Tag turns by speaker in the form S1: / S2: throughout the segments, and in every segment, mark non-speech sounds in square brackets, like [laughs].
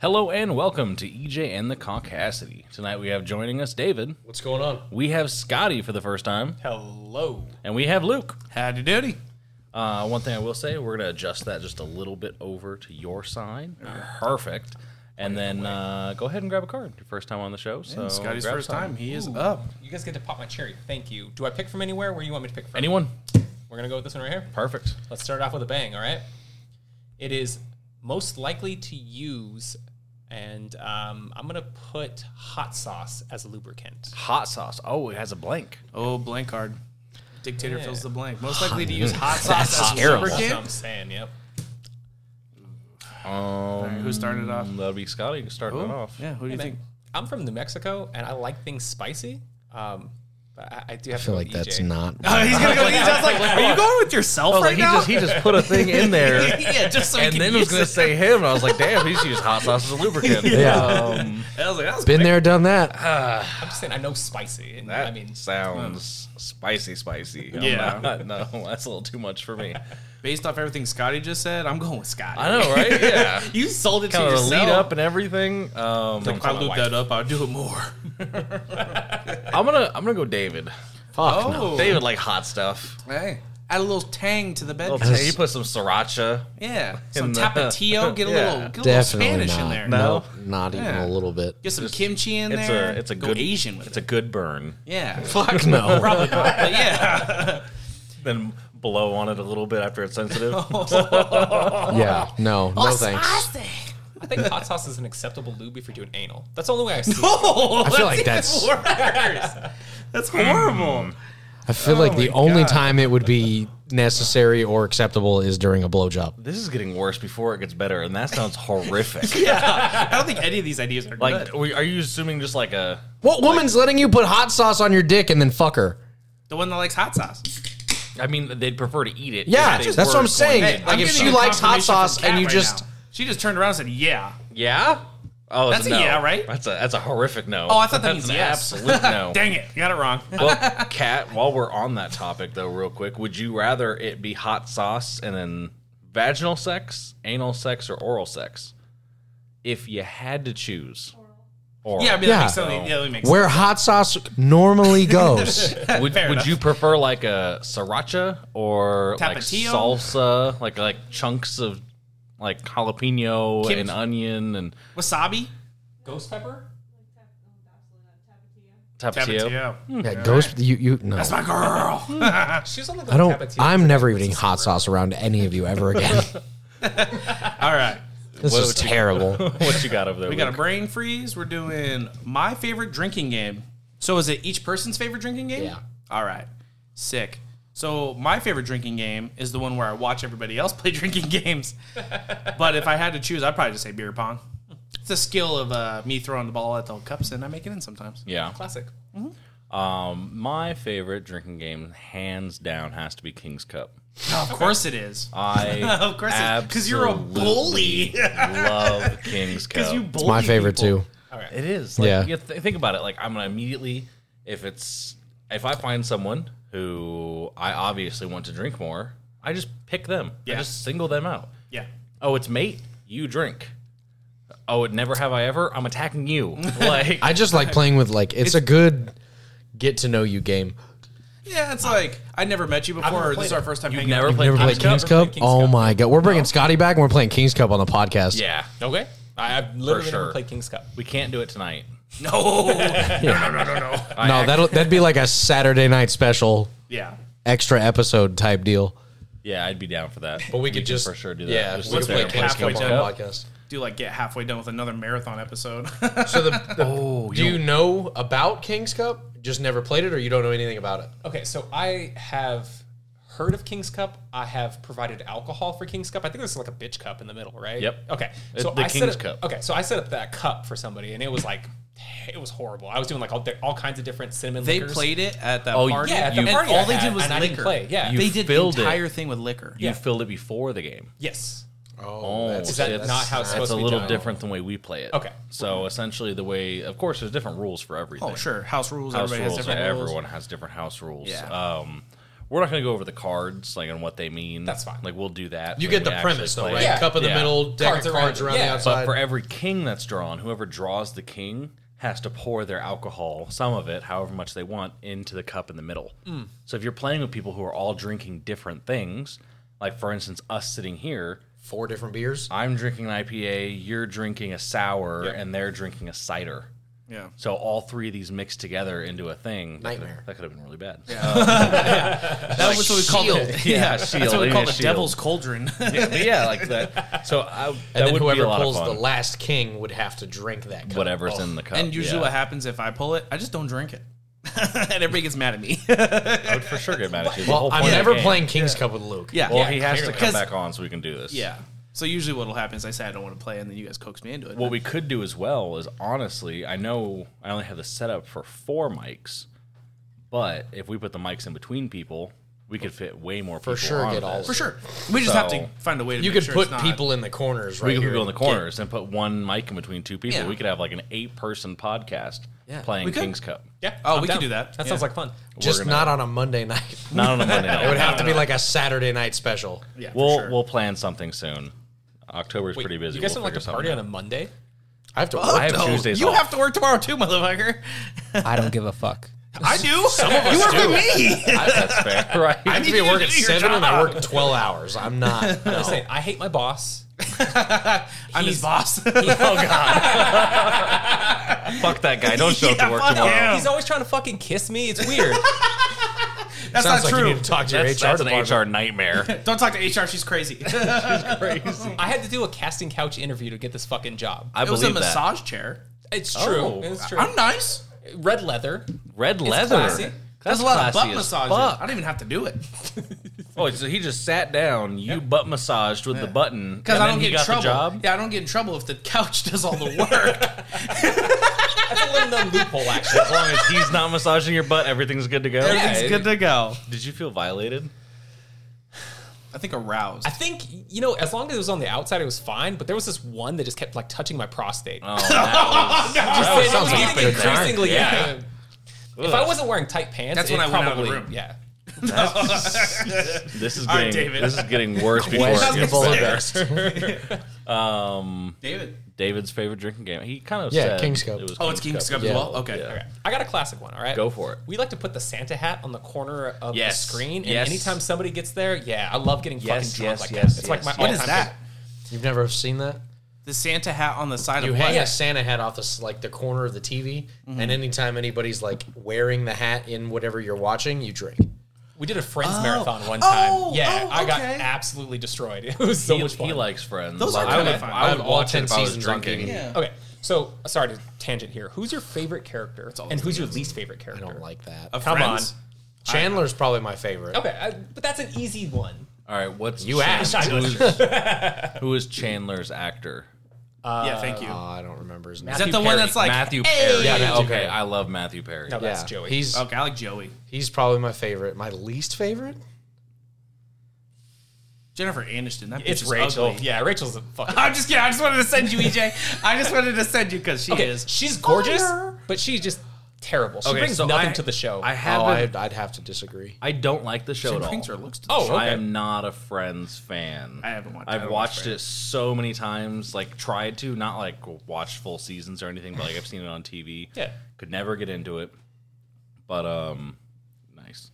S1: Hello and welcome to EJ and the Caucasity. Tonight we have joining us David.
S2: What's going on?
S1: We have Scotty for the first time,
S2: Hello.
S1: and we have Luke.
S3: Howdy doody.
S1: Uh, one thing I will say, we're gonna adjust that just a little bit over to your side. Perfect. And then uh, go ahead and grab a card. Your first time on the show, so
S3: Scotty's
S1: grab
S3: first
S1: some.
S3: time. He is up.
S2: You guys get to pop my cherry. Thank you. Do I pick from anywhere? Where do you want me to pick from?
S1: Anyone?
S2: We're gonna go with this one right here.
S1: Perfect.
S2: Let's start off with a bang. All right. It is most likely to use, and um, I'm gonna put hot sauce as a lubricant.
S1: Hot sauce. Oh, it has a blank.
S3: Oh, blank card. Dictator
S2: Yeah.
S3: fills the blank. Most likely to use hot sauce
S1: That's
S3: as
S1: terrible.
S2: That's what
S3: lubricant.
S2: I'm saying. Yep.
S1: Um,
S3: Who started off?
S1: that'll be Scotty starting it off.
S3: Yeah, who do you
S2: Hey,
S3: think?
S2: man, I'm from New Mexico, and I like things spicy. Um, but I, I do have
S4: I
S2: to go
S4: feel like
S2: with E
S4: that's
S2: EJ.
S4: [laughs] not.
S3: Oh, he's gonna go. He's just like, are [laughs] you going with yourself
S1: I was
S3: right
S1: like, he
S3: now?
S1: just he just put a thing in
S3: [laughs]
S1: there.
S3: yeah, Oh, just so
S1: and
S3: he
S1: then
S3: can
S1: it was
S3: use
S1: gonna
S3: it.
S1: say him, and I was like, "Damn, he's used hot sauce as a
S3: [laughs]
S1: lubricant." Um,
S3: I was like, that was
S4: Been there, done that.
S2: I'm just saying I know spicy. And,
S1: that
S2: I mean,
S1: sounds spicy, spicy. I'm
S3: Yeah.
S1: not- [laughs] no, that's a little too much for me.
S3: based off everything Scotty just said. I'm going with Scotty.
S1: I know, right? [laughs] Yeah,
S3: You sold it to
S1: kind of the
S3: yourself.
S1: lead up and everything. Um,
S3: If I
S2: my
S3: loop
S2: wife.
S3: that up, I'll do it more.
S1: I'm gonna, I'm gonna go David.
S4: Fuck
S3: [laughs]
S4: no.
S3: Oh,
S1: David like hot stuff.
S3: hey, add a little tang to the bed.
S1: Okay, you put some sriracha.
S3: [laughs] Yeah, some [laughs]
S1: In the-
S3: tapatio. Get
S1: Yeah.
S3: a little, get a little
S4: Definitely
S3: Spanish in
S4: not.
S3: there.
S4: No,
S1: No?
S4: not even
S3: Yeah.
S4: a little bit.
S3: Get some kimchi in
S1: It's
S3: there.
S1: a, it's a
S3: Go
S1: good
S3: Asian with
S1: It's
S3: it.
S1: a good burn.
S3: yeah, [laughs]
S4: Fuck [laughs] no.
S3: probably not. But [laughs] yeah,
S1: Then blow on it a little bit after it's sensitive.
S3: [laughs]
S4: yeah, no, no thanks.
S3: [laughs]
S2: I think hot sauce is an acceptable lube if you're doing anal. That's the only way I see. it.
S3: Oh,
S4: I feel like
S3: that's
S4: that's.
S3: even worse. That's horrible.
S4: I feel like the
S3: my
S4: only
S3: God.
S4: time it would be necessary or acceptable is during a blowjob.
S1: this is getting worse before it gets better, and that sounds
S3: [laughs]
S1: horrific.
S3: yeah, I don't think any of these ideas are
S1: like,
S3: good.
S1: we, are you assuming just like a?
S4: What woman's letting you put hot sauce on your dick and then fuck her?
S3: The one that likes hot sauce.
S1: I mean, they'd prefer to eat it.
S4: Yeah,
S1: if they
S4: that's
S1: were
S4: what I'm
S1: going-
S4: saying.
S3: Hey,
S4: like
S3: I'm
S4: if
S3: getting
S4: she
S3: a
S4: likes hot
S3: confirmation from
S4: sauce
S3: Kat
S4: and you
S3: right
S4: just
S3: now. she just turned around and said, "Yeah."
S1: Yeah. Oh, it's
S3: That's a
S1: no.
S3: yeah, right?
S1: That's a that's a horrific no.
S3: Oh, I thought that
S1: that's
S3: means
S1: an
S3: yes.
S1: absolute
S3: [laughs]
S1: no.
S3: Dang it, you got it wrong.
S1: Well, Kat, while we're on that topic though, real quick, would you rather it be hot sauce and then vaginal sex, anal sex, or oral sex? If you had to choose, oral.
S3: yeah, I mean,
S4: Yeah.
S3: that makes something. Yeah, that makes
S4: where hot sauce [laughs] normally goes.
S1: would, would
S3: enough.
S1: you prefer like a sriracha or like
S3: Tapatio?
S1: salsa, like like chunks of like jalapeno
S3: Kimchi.
S1: and onion and
S3: sense. wasabi.
S2: Ghost pepper?
S1: tapatio?
S3: Tapatio.
S4: yeah, ghost. You you no.
S3: Hmm. That's my
S4: [laughs]
S3: girl.
S2: She was on the
S4: I don't. I'm never eating hot sauce around any of you ever [laughs] again.
S3: All right,
S4: This is [laughs] terrible.
S1: What you got over there?
S3: [laughs] we got a
S1: Luke?
S3: brain freeze. We're doing my favorite drinking game. So, is it each person's favorite drinking game?
S4: Yeah.
S3: All right. Sick. So, my favorite drinking game is the one where I watch everybody else [laughs] play drinking games. but if I had to choose, I'd probably just say beer pong. It's a skill of uh, me throwing the ball at the cups, and I make it in sometimes.
S1: yeah.
S2: Classic.
S1: Um, my favorite drinking game, hands down, has to be King's [laughs] Cup.
S3: of course it is.
S1: I
S3: Of course it is. 'Cause you're a bully.
S1: Uh, absolutely love [laughs] King's Cup.
S3: Because [laughs] you bully
S4: My favorite
S3: people.
S4: too.
S1: it is. Like,
S4: Yeah.
S1: You th- think about it. Like I'm gonna immediately, if it's if I find someone who I obviously want to drink more, I just pick them. I
S3: Yeah.
S1: just single them out.
S3: Yeah.
S1: Oh, it's mate. You drink. Oh, it never have I ever. I'm attacking
S4: [laughs]
S1: you. Like
S4: I just like playing with like it's, a good get to know you game.
S3: Yeah, it's like I never met you
S2: never
S3: before. This is
S2: played
S3: our
S2: it.
S3: first time.
S1: you
S3: hanging
S1: never
S3: out.
S1: played
S4: Ever play
S1: King's
S4: King's
S1: Cup.
S4: Cup?
S2: King's
S4: oh
S2: Cup.
S4: my god, we're bringing Scotty back and we're playing King's Cup on the podcast.
S1: Yeah.
S2: Okay. I, I've literally
S1: sure.
S2: never played King's Cup.
S1: We can't do it tonight.
S3: No.
S4: no, that'll that'd be like a Saturday night special,
S3: yeah.
S4: extra episode type deal.
S1: Yeah, I'd be down for that.
S4: But we could
S1: could
S4: just-
S1: for sure do that.
S4: yeah,
S1: Just sit
S3: we could
S1: there
S3: play
S1: and
S3: King's
S1: King's
S3: Cup
S1: Cup.
S4: podcast.
S3: Do like get halfway done with another marathon episode. [laughs]
S4: So the, oh, do you know about King's Cup? Just never played it, or you don't know anything about it?
S2: Okay, so I have heard of King's Cup. I have provided alcohol for King's Cup. I think there's like a bitch cup in the middle, right?
S1: Yep.
S2: Okay.
S1: It's
S2: So
S1: the
S2: I set
S1: King's
S2: up,
S1: Cup.
S2: Okay, so I set up that cup for somebody, and it was like, it was horrible. I was doing like all, all kinds of different cinnamon.
S3: they
S2: liquors.
S3: played it at that
S1: Oh,
S3: party.
S2: Yeah, at the
S1: You-
S2: party
S3: and
S2: I
S3: all they
S2: had,
S3: did was
S2: and I didn't
S3: liquor.
S2: play. Yeah.
S1: You-
S3: they did the
S1: filled it.
S3: entire thing with liquor.
S1: You
S2: Yeah.
S1: filled it before the game.
S2: yes.
S4: Oh,
S2: Is that not how it's
S1: That's
S2: supposed
S1: a
S2: to be
S1: little
S2: done?
S1: different than the way we play it.
S2: Okay.
S1: So essentially, the way, of course, there's different rules for everything.
S3: Oh, sure. House rules.
S1: House
S3: everybody
S1: rules.
S3: has different rules.
S1: Everyone has different house rules.
S3: Yeah.
S1: Um, We're not going to go over the cards, like on what they mean.
S2: That's fine.
S1: Like we'll do that.
S4: You
S1: when
S4: get
S1: we
S4: the
S1: actually
S4: premise though,
S1: play
S4: right?
S1: it.
S2: Yeah.
S4: Cup in the
S1: Yeah.
S4: middle, deck
S2: Cards
S4: of
S2: around
S4: cards
S2: it,
S4: around
S2: yeah.
S4: the
S2: But
S1: But
S4: outside.
S1: for every king that's drawn, whoever draws the king has to pour their alcohol, some of it, however much they want, into the cup in the middle.
S4: Mm.
S1: So if you're playing with people who are all drinking different things, like for instance, us sitting here,
S4: Four different beers.
S1: I'm drinking an IPA, you're drinking a sour, and they're drinking a cider.
S3: Yeah.
S1: So all three of these mixed together into a thing. that could've-
S4: Nightmare.
S1: That could have been really bad. [laughs] Uh,
S3: [laughs] That was what we called
S4: shield.
S3: it.
S1: Yeah,
S3: [laughs] That's
S1: shield,
S3: what we
S1: maybe
S3: called
S1: a
S3: the
S1: shield.
S3: [laughs] Devil's Cauldron.
S1: yeah, but yeah, like that. So I, that
S4: And then
S1: would be
S4: whoever
S1: a lot
S4: pulls
S1: of
S4: the Oh,
S1: fun.
S4: last king would have to drink that cup.
S1: whatever's in the cup.
S3: and usually
S1: yeah.
S3: what happens if I pull it, I just don't drink it. [laughs] and everybody gets mad at me.
S1: I would for sure get mad at you. The
S4: Well,
S1: whole
S4: I'm
S1: point of the
S4: never
S1: game.
S4: playing King's Cup with Luke.
S3: [laughs] yeah.
S1: Well,
S3: yeah.
S1: he has to come
S3: Because-
S1: back on so we can do this.
S3: yeah. So usually what'll happen is I say I don't want to play and then you guys coax me into it.
S1: What we could do as well is honestly, I know I only have the setup for four mics, but if we put the mics in between people, we could fit way more people.
S4: For sure,
S1: on
S4: get all-
S1: this.
S3: for sure. We just have to
S1: So-
S3: find a way to
S4: You
S3: make
S4: could
S3: sure
S4: put
S3: it's not-
S4: people in the corners right
S1: We could
S4: here.
S1: go in the corners and put one mic in between two people.
S3: Yeah.
S1: We could have like an eight-person podcast
S3: Yeah.
S1: playing
S3: We could.
S1: King's Cup.
S2: Yeah.
S3: Oh,
S2: I'm
S3: we could
S2: down.
S3: do that.
S2: That
S3: Yeah.
S2: sounds like fun.
S4: Just
S1: We're gonna-
S4: not on a
S1: [laughs]
S4: Monday night.
S1: Not on a Monday night.
S4: it would have to be like a Saturday night special.
S3: Yeah, for
S1: we'll
S3: sure.
S1: we'll plan something soon. October's pretty busy.
S2: You guys
S1: we'll
S2: don't like to
S1: figure
S2: party
S1: something
S2: on a Monday?
S4: I have to.
S1: out. I
S4: work.
S1: have Tuesdays
S3: You
S1: off.
S3: have to work tomorrow too, motherfucker.
S2: I don't give a fuck.
S3: I do. you work with [laughs] me.
S1: That's fair, right?
S4: I have to
S3: need
S4: be
S3: you
S4: at
S3: to
S4: work
S3: [laughs]
S4: at
S3: do your
S4: seven and I
S3: job.
S4: work twelve hours.
S1: [laughs]
S4: I'm not. No.
S2: Listen, I hate my boss.
S3: I'm
S2: He's-
S3: his boss. [laughs]
S1: oh god. fuck that guy. Don't show up
S3: Yeah,
S1: to work
S3: fuck
S1: tomorrow.
S3: him.
S2: He's always trying to fucking kiss me. It's weird.
S3: That's not
S4: Sounds like
S3: true.
S4: you need to talk to your
S1: That's,
S4: HR
S1: that's an
S4: department.
S1: HR nightmare.
S3: Don't talk to HR. She's crazy.
S2: I had to do a casting couch interview to get this fucking job.
S1: [laughs] I
S3: it was a
S1: believe that.
S3: massage chair.
S2: It's true.
S1: Oh.
S2: it's true.
S3: I'm nice.
S2: Red leather.
S1: Red leather.
S2: classy.
S1: That's
S3: There's a lot of
S1: classy
S3: butt
S1: as
S3: massages.
S1: fuck.
S3: I don't even have to do it
S1: Oh, so he just sat down. You butt massaged with the button
S3: because
S1: and
S3: I
S1: then
S3: don't
S1: he
S3: get
S1: got
S3: in trouble.
S1: The job.
S3: Yeah, I don't get in trouble if the couch [laughs] does all the work.
S2: That's a little known loophole, actually.
S1: As long as he's not massaging your butt, everything's good to go.
S2: Everything's good
S3: to go.
S1: Did you feel violated?
S3: I think aroused.
S2: I think you know, as long as it was on the outside, it was fine. But there was this one that just kept like touching my prostate.
S1: [laughs] Oh,
S3: [laughs]
S1: that was- that was
S2: And it was
S1: something
S2: getting
S1: for darn-
S2: increasingly,
S1: yeah.
S2: yeah. If I wasn't wearing tight pants,
S3: That's
S2: it
S3: when I went out of the
S2: probably,
S3: room.
S2: Yeah.
S1: This is
S3: All right,
S1: getting
S3: David.
S1: this is getting
S3: [laughs]
S1: worse before it gets
S4: Questionable
S1: better.
S4: invest.
S3: David.
S1: David's favorite drinking game. He kind of
S4: Yeah,
S1: said
S4: King's Cup.
S1: It was
S3: Oh, it's King's Cup
S4: yeah.
S3: as well. Okay.
S1: Yeah.
S2: Okay. I got a classic one. All right.
S1: Go for it.
S2: We like to put the Santa hat on the corner of
S1: Yes.
S2: the screen, and
S1: Yes.
S2: anytime somebody gets there, yeah, I love getting
S1: Yes,
S2: fucking drunk
S1: yes,
S2: like
S1: yes,
S2: that. It's like my
S1: yes.
S3: What
S2: all-time
S3: is that?
S4: [laughs] You've never seen that?
S3: The Santa hat on the side
S4: You
S3: of
S4: hang
S3: what?
S4: a Santa hat off this like the corner of the TV,
S1: Mm-hmm.
S4: and anytime anybody's like wearing the hat in whatever you're watching, you drink.
S2: favorite. We did a Friends
S3: Oh.
S2: marathon one time.
S3: Oh,
S2: yeah,
S3: oh,
S2: I got
S3: okay.
S2: absolutely destroyed. [laughs] It was so
S1: He,
S2: much fun.
S1: he likes friends.
S3: Those are
S1: I would,
S3: kinda fun.
S1: I would
S4: I have all
S1: watch it
S4: 10
S1: if I was
S4: seasons on
S1: drinking.
S4: DVD.
S3: Yeah.
S2: Okay, so sorry to tangent here. Who's your favorite character, and who's your least favorite character?
S4: I don't like that.
S3: Of
S2: Come on.
S3: friends?
S4: Chandler's probably my favorite.
S2: Okay, I, but that's an easy one.
S1: All right, what's
S4: You asked.
S1: Who's, [laughs] who is Chandler's actor?
S3: yeah, thank you.
S4: Oh, I don't remember his name.
S3: is that the
S2: Matthew
S3: one
S2: Perry.
S3: that's like
S1: Matthew
S3: "Hey!"
S1: Perry.
S4: Yeah, Matthew
S1: okay,
S4: Perry.
S1: I love Matthew Perry.
S2: No, that's Joey.
S4: He's
S3: Okay, I like Joey.
S4: he's probably my favorite. My least favorite?
S3: Jennifer Aniston. That
S2: it's
S3: bitch is
S2: Rachel.
S3: ugly.
S2: Yeah, Rachel's a
S3: [laughs]
S2: fucking.
S3: I'm just kidding. I just wanted to send you, EJ. I just wanted to send you because she
S2: okay,
S3: is.
S2: she's gorgeous,
S3: Fire.
S2: but she's just terrible. She
S1: Okay,
S2: brings
S1: so
S2: nothing
S1: I-
S2: to the show.
S1: I
S4: Oh,
S1: haven't.
S4: I'd, I'd have to disagree.
S1: I don't like the show
S3: She
S1: at all.
S3: brings her looks to the
S2: oh,
S3: show.
S2: okay.
S1: I am not a Friends fan.
S3: I haven't watched- I
S1: I've
S3: haven't watched
S1: watched it so many times. Like tried to, not like watch full seasons or anything, but like I've seen it on TV.
S2: Yeah.
S1: could never get into it. But um, nice.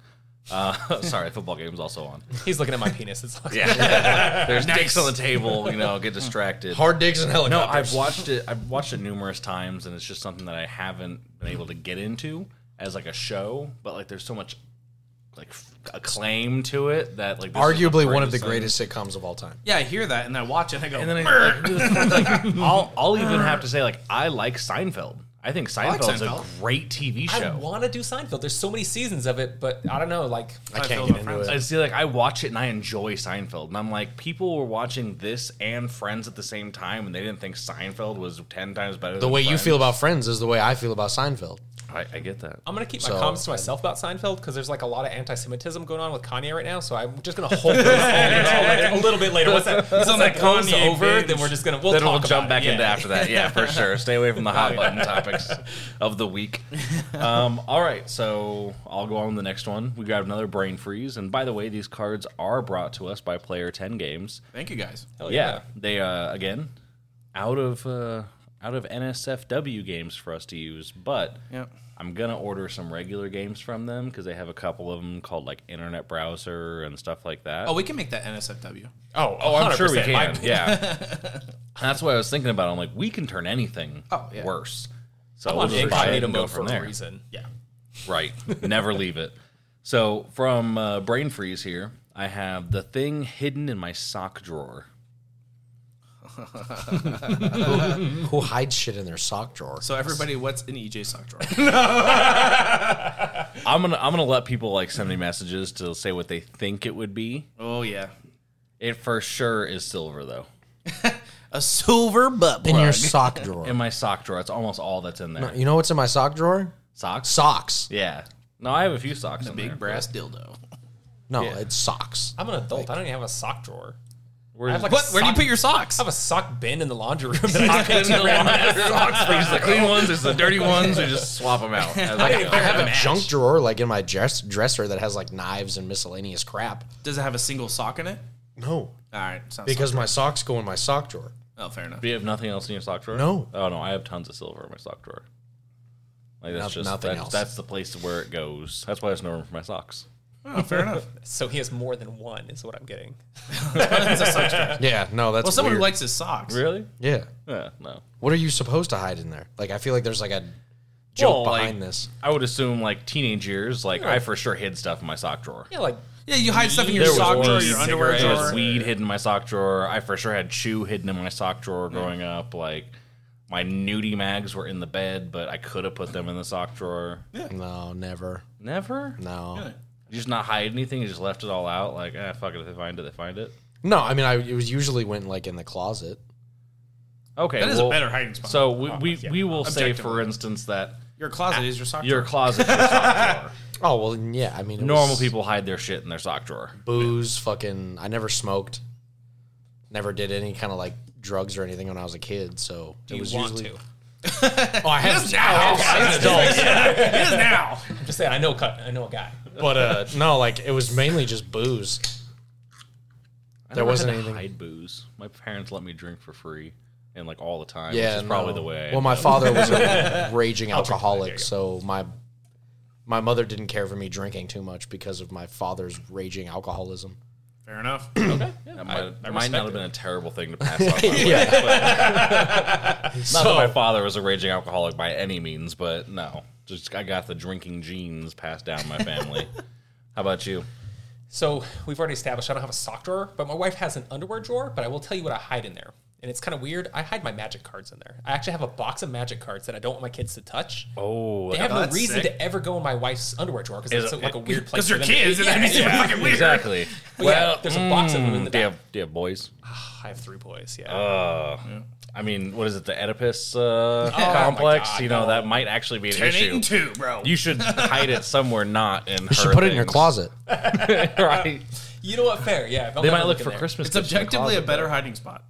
S1: Uh, [laughs] sorry, football game's also on.
S2: [laughs] He's looking at my penis. It's like,
S1: Yeah, there's dicks on the table. You know,
S4: [laughs]
S1: get distracted.
S4: Hard digs and
S1: No,
S4: helicopters.
S1: I've watched it. I've watched it numerous times, and it's just something that I haven't been able to get into as like a show. But like, there's so much like f- acclaim to it that like this is
S4: Arguably one of
S1: greatest
S4: the
S1: thing.
S4: greatest sitcoms of all time.
S3: Yeah, I hear that and I watch it and I go.
S1: And then I, like,
S4: [laughs]
S1: I'll I'll even have to say like I like Seinfeld. I think
S3: like
S1: Seinfeld's
S3: Seinfeld.
S1: a great TV
S2: I
S1: show.
S2: want to do Seinfeld. There's so many seasons of it, but I don't know. Like,
S3: feel
S4: I can't get
S3: about
S4: into
S3: Friends.
S1: I
S4: it.
S1: see, like I watch it and I enjoy Seinfeld, and I'm like, people were watching this and Friends at the same time, and they didn't think Seinfeld was ten times better.
S4: The way you feel about Friends is the way I feel about Seinfeld.
S1: I, I get that.
S2: I'm gonna keep
S4: So-
S2: my comments to myself about Seinfeld because there's like a lot of anti-Semitism going on with Kanye right now. So I'm just gonna hold this in until like, a little bit later. Once that, once
S3: on
S2: that
S3: that
S2: goes
S3: Kanye
S2: over,
S3: binge.
S2: then we're just gonna we'll
S1: then
S2: talk
S1: we'll jump
S2: about
S1: back
S2: it.
S1: into
S2: Yeah.
S1: after that. Yeah, for sure. Stay away from the hot button
S2: [laughs]
S1: topics of the week. Um, all right, so I'll go on to the next one. We got another brain freeze, and by the way, these cards are brought to us by Player Ten Games.
S3: Thank you guys.
S2: Hell
S1: yeah. they uh, again out of uh, out of NSFW games for us to use, but
S3: Yep.
S1: I'm gonna order some regular games from them because they have a couple of them called like Internet Browser and stuff like that.
S3: Oh, we can make that NSFW.
S2: Oh,
S1: Oh, I'm sure we
S2: 100%.
S1: can.
S2: My-
S1: [laughs] Yeah. That's what I was thinking about. I'm like, we can turn anything
S3: Oh, yeah.
S1: worse. So
S2: I'm
S1: we'll
S2: on
S1: just try it
S2: incognito
S1: and go
S2: mode for
S1: from
S2: a
S1: there.
S2: reason.
S3: Yeah.
S1: [laughs] Right. Never leave it. So from uh, Brain Freeze here, I have the thing hidden in my sock drawer.
S4: Who hides shit in their sock drawer?
S3: So everybody, what's an EJ sock drawer?
S1: I'm gonna I'm gonna let people like send me messages to say what they think it would be.
S3: [laughs] oh yeah,
S1: It for sure is silver though.
S3: a silver butt
S4: in
S3: plug.
S4: your sock drawer.
S1: In my sock drawer, that's almost all that's in there.
S4: You know what's in my sock drawer?
S1: Socks.
S4: Socks.
S1: Yeah. No, I have a few socks. in there. [laughs]
S3: [laughs] big brass dildo.
S4: No, it's socks.
S2: I'm an adult. I don't even have a sock drawer.
S1: Where's-
S2: I have like
S3: What?
S2: A
S3: Where do you
S2: sock-
S3: put your socks?
S2: I
S3: [laughs]
S2: have a sock bin in the laundry room. That I
S1: There's the clean ones, there's the dirty ones. We just swap them [laughs] out. as we go.
S4: I have a junk drawer like in my dress dresser that has like knives and miscellaneous crap.
S3: Does it have a single sock in it?
S4: No,
S3: All right, sounds
S4: because my socks go in my sock drawer.
S3: oh, fair enough.
S1: Do you have nothing else in your sock drawer?
S4: No.
S1: Oh no, I have tons of silver in my sock drawer. Like that's
S4: Noth-
S1: just
S4: nothing
S1: that's,
S4: else.
S1: that's the place where it goes. That's why there's no room for my socks.
S3: Oh, fair enough.
S2: so he has more than one, is what I'm getting.
S3: It's a sock drawer.
S4: Yeah, no, that's
S3: Well, someone who
S4: weird.
S3: likes his socks.
S1: Really?
S4: yeah.
S1: Yeah. No.
S4: What are you supposed to hide in there? Like, I feel like there's like a
S1: Well,
S4: joke behind
S1: like,
S4: this.
S1: I would assume like teenage years. Like I for sure hid stuff in my sock drawer.
S2: Yeah, like
S3: Yeah, you hide stuff in your
S1: There was
S3: sock drawer,
S1: weed,
S3: your underwear
S1: there was
S3: drawer.
S1: weed hidden in my sock drawer. I for sure had chew hidden in my sock drawer growing up. Like my nudie mags were in the bed, but I could have put them in the sock drawer.
S4: No, never.
S1: Never.
S4: No.
S1: You just not hide anything. You just left it all out. Like ah, fuck it. If they find it, they find it.
S4: No, I mean, I it was usually went like in the closet.
S1: Okay,
S3: That is
S1: well,
S3: a better hiding spot.
S1: So we we, we will say, for
S3: Objectively.
S1: instance, that
S3: your closet is
S1: [laughs]
S3: your sock
S1: your
S3: drawer.
S1: closet, is your sock drawer.
S4: Oh well, yeah. I mean, it
S1: normal
S4: was
S1: people hide their shit in their sock drawer.
S4: booze, fucking. I never smoked. Never did any kind of like drugs or anything when I was a kid. So
S2: do you
S4: was
S2: want
S4: usually-
S2: to?
S4: Oh, I have
S3: now. It is now.
S2: I'm just saying. I know. a cut- I know a guy.
S4: but uh, no, like it was mainly just booze.
S1: I
S4: There
S1: never
S4: wasn't
S1: had to
S4: anything-
S1: Hide booze. My parents let me drink for free and like all the time.
S4: Yeah,
S1: which is probably
S4: no.
S1: the way. I
S4: Well, my father
S1: [laughs]
S4: was a raging alcoholic, so my my mother didn't care for me drinking too much because of my father's raging alcoholism.
S3: Fair [clears throat] enough.
S1: That might, might not
S2: respect
S1: have been a terrible thing to pass
S4: [laughs]
S1: on. My way,
S4: Yeah.
S1: not that my father was a raging alcoholic by any means, but no, just I got the drinking genes passed down my family.
S4: [laughs]
S1: How about you?
S2: So we've already established I don't have a sock drawer, but my wife has an underwear drawer. But I will tell you what I hide in there, and it's kind of weird. I hide my magic cards in there. I actually have a box of magic cards that I don't want my kids to touch.
S1: Oh,
S2: They have
S3: Oh,
S2: no
S3: that's
S2: reason
S3: sick.
S2: to ever go in my wife's underwear drawer because it's
S1: it-
S2: like a weird place.
S3: Because
S2: for
S3: you're
S2: them to-
S3: kids, and
S2: Yeah,
S3: that means you're
S2: yeah.
S3: fucking weird.
S1: exactly.
S2: Well, there's a box
S3: Mm,
S2: of them in the
S1: do you
S2: back.
S1: have, do you have boys?
S2: I have three boys.
S3: Uh,
S2: Yeah.
S1: I mean, what is it? The Oedipus
S3: Oh
S1: uh,
S2: my
S1: complex?
S2: God,
S1: you know,
S2: no.
S1: that might actually be an
S3: Ten, eight,
S1: issue.
S3: and two, bro.
S1: You should hide it somewhere, not in.
S4: You should put it in your closet.
S1: [laughs] right?
S2: you know what? Fair. Yeah.
S1: They might look for Christmas.
S3: it's
S1: gifts in the
S3: objectively a
S1: closet,
S3: better hiding spot.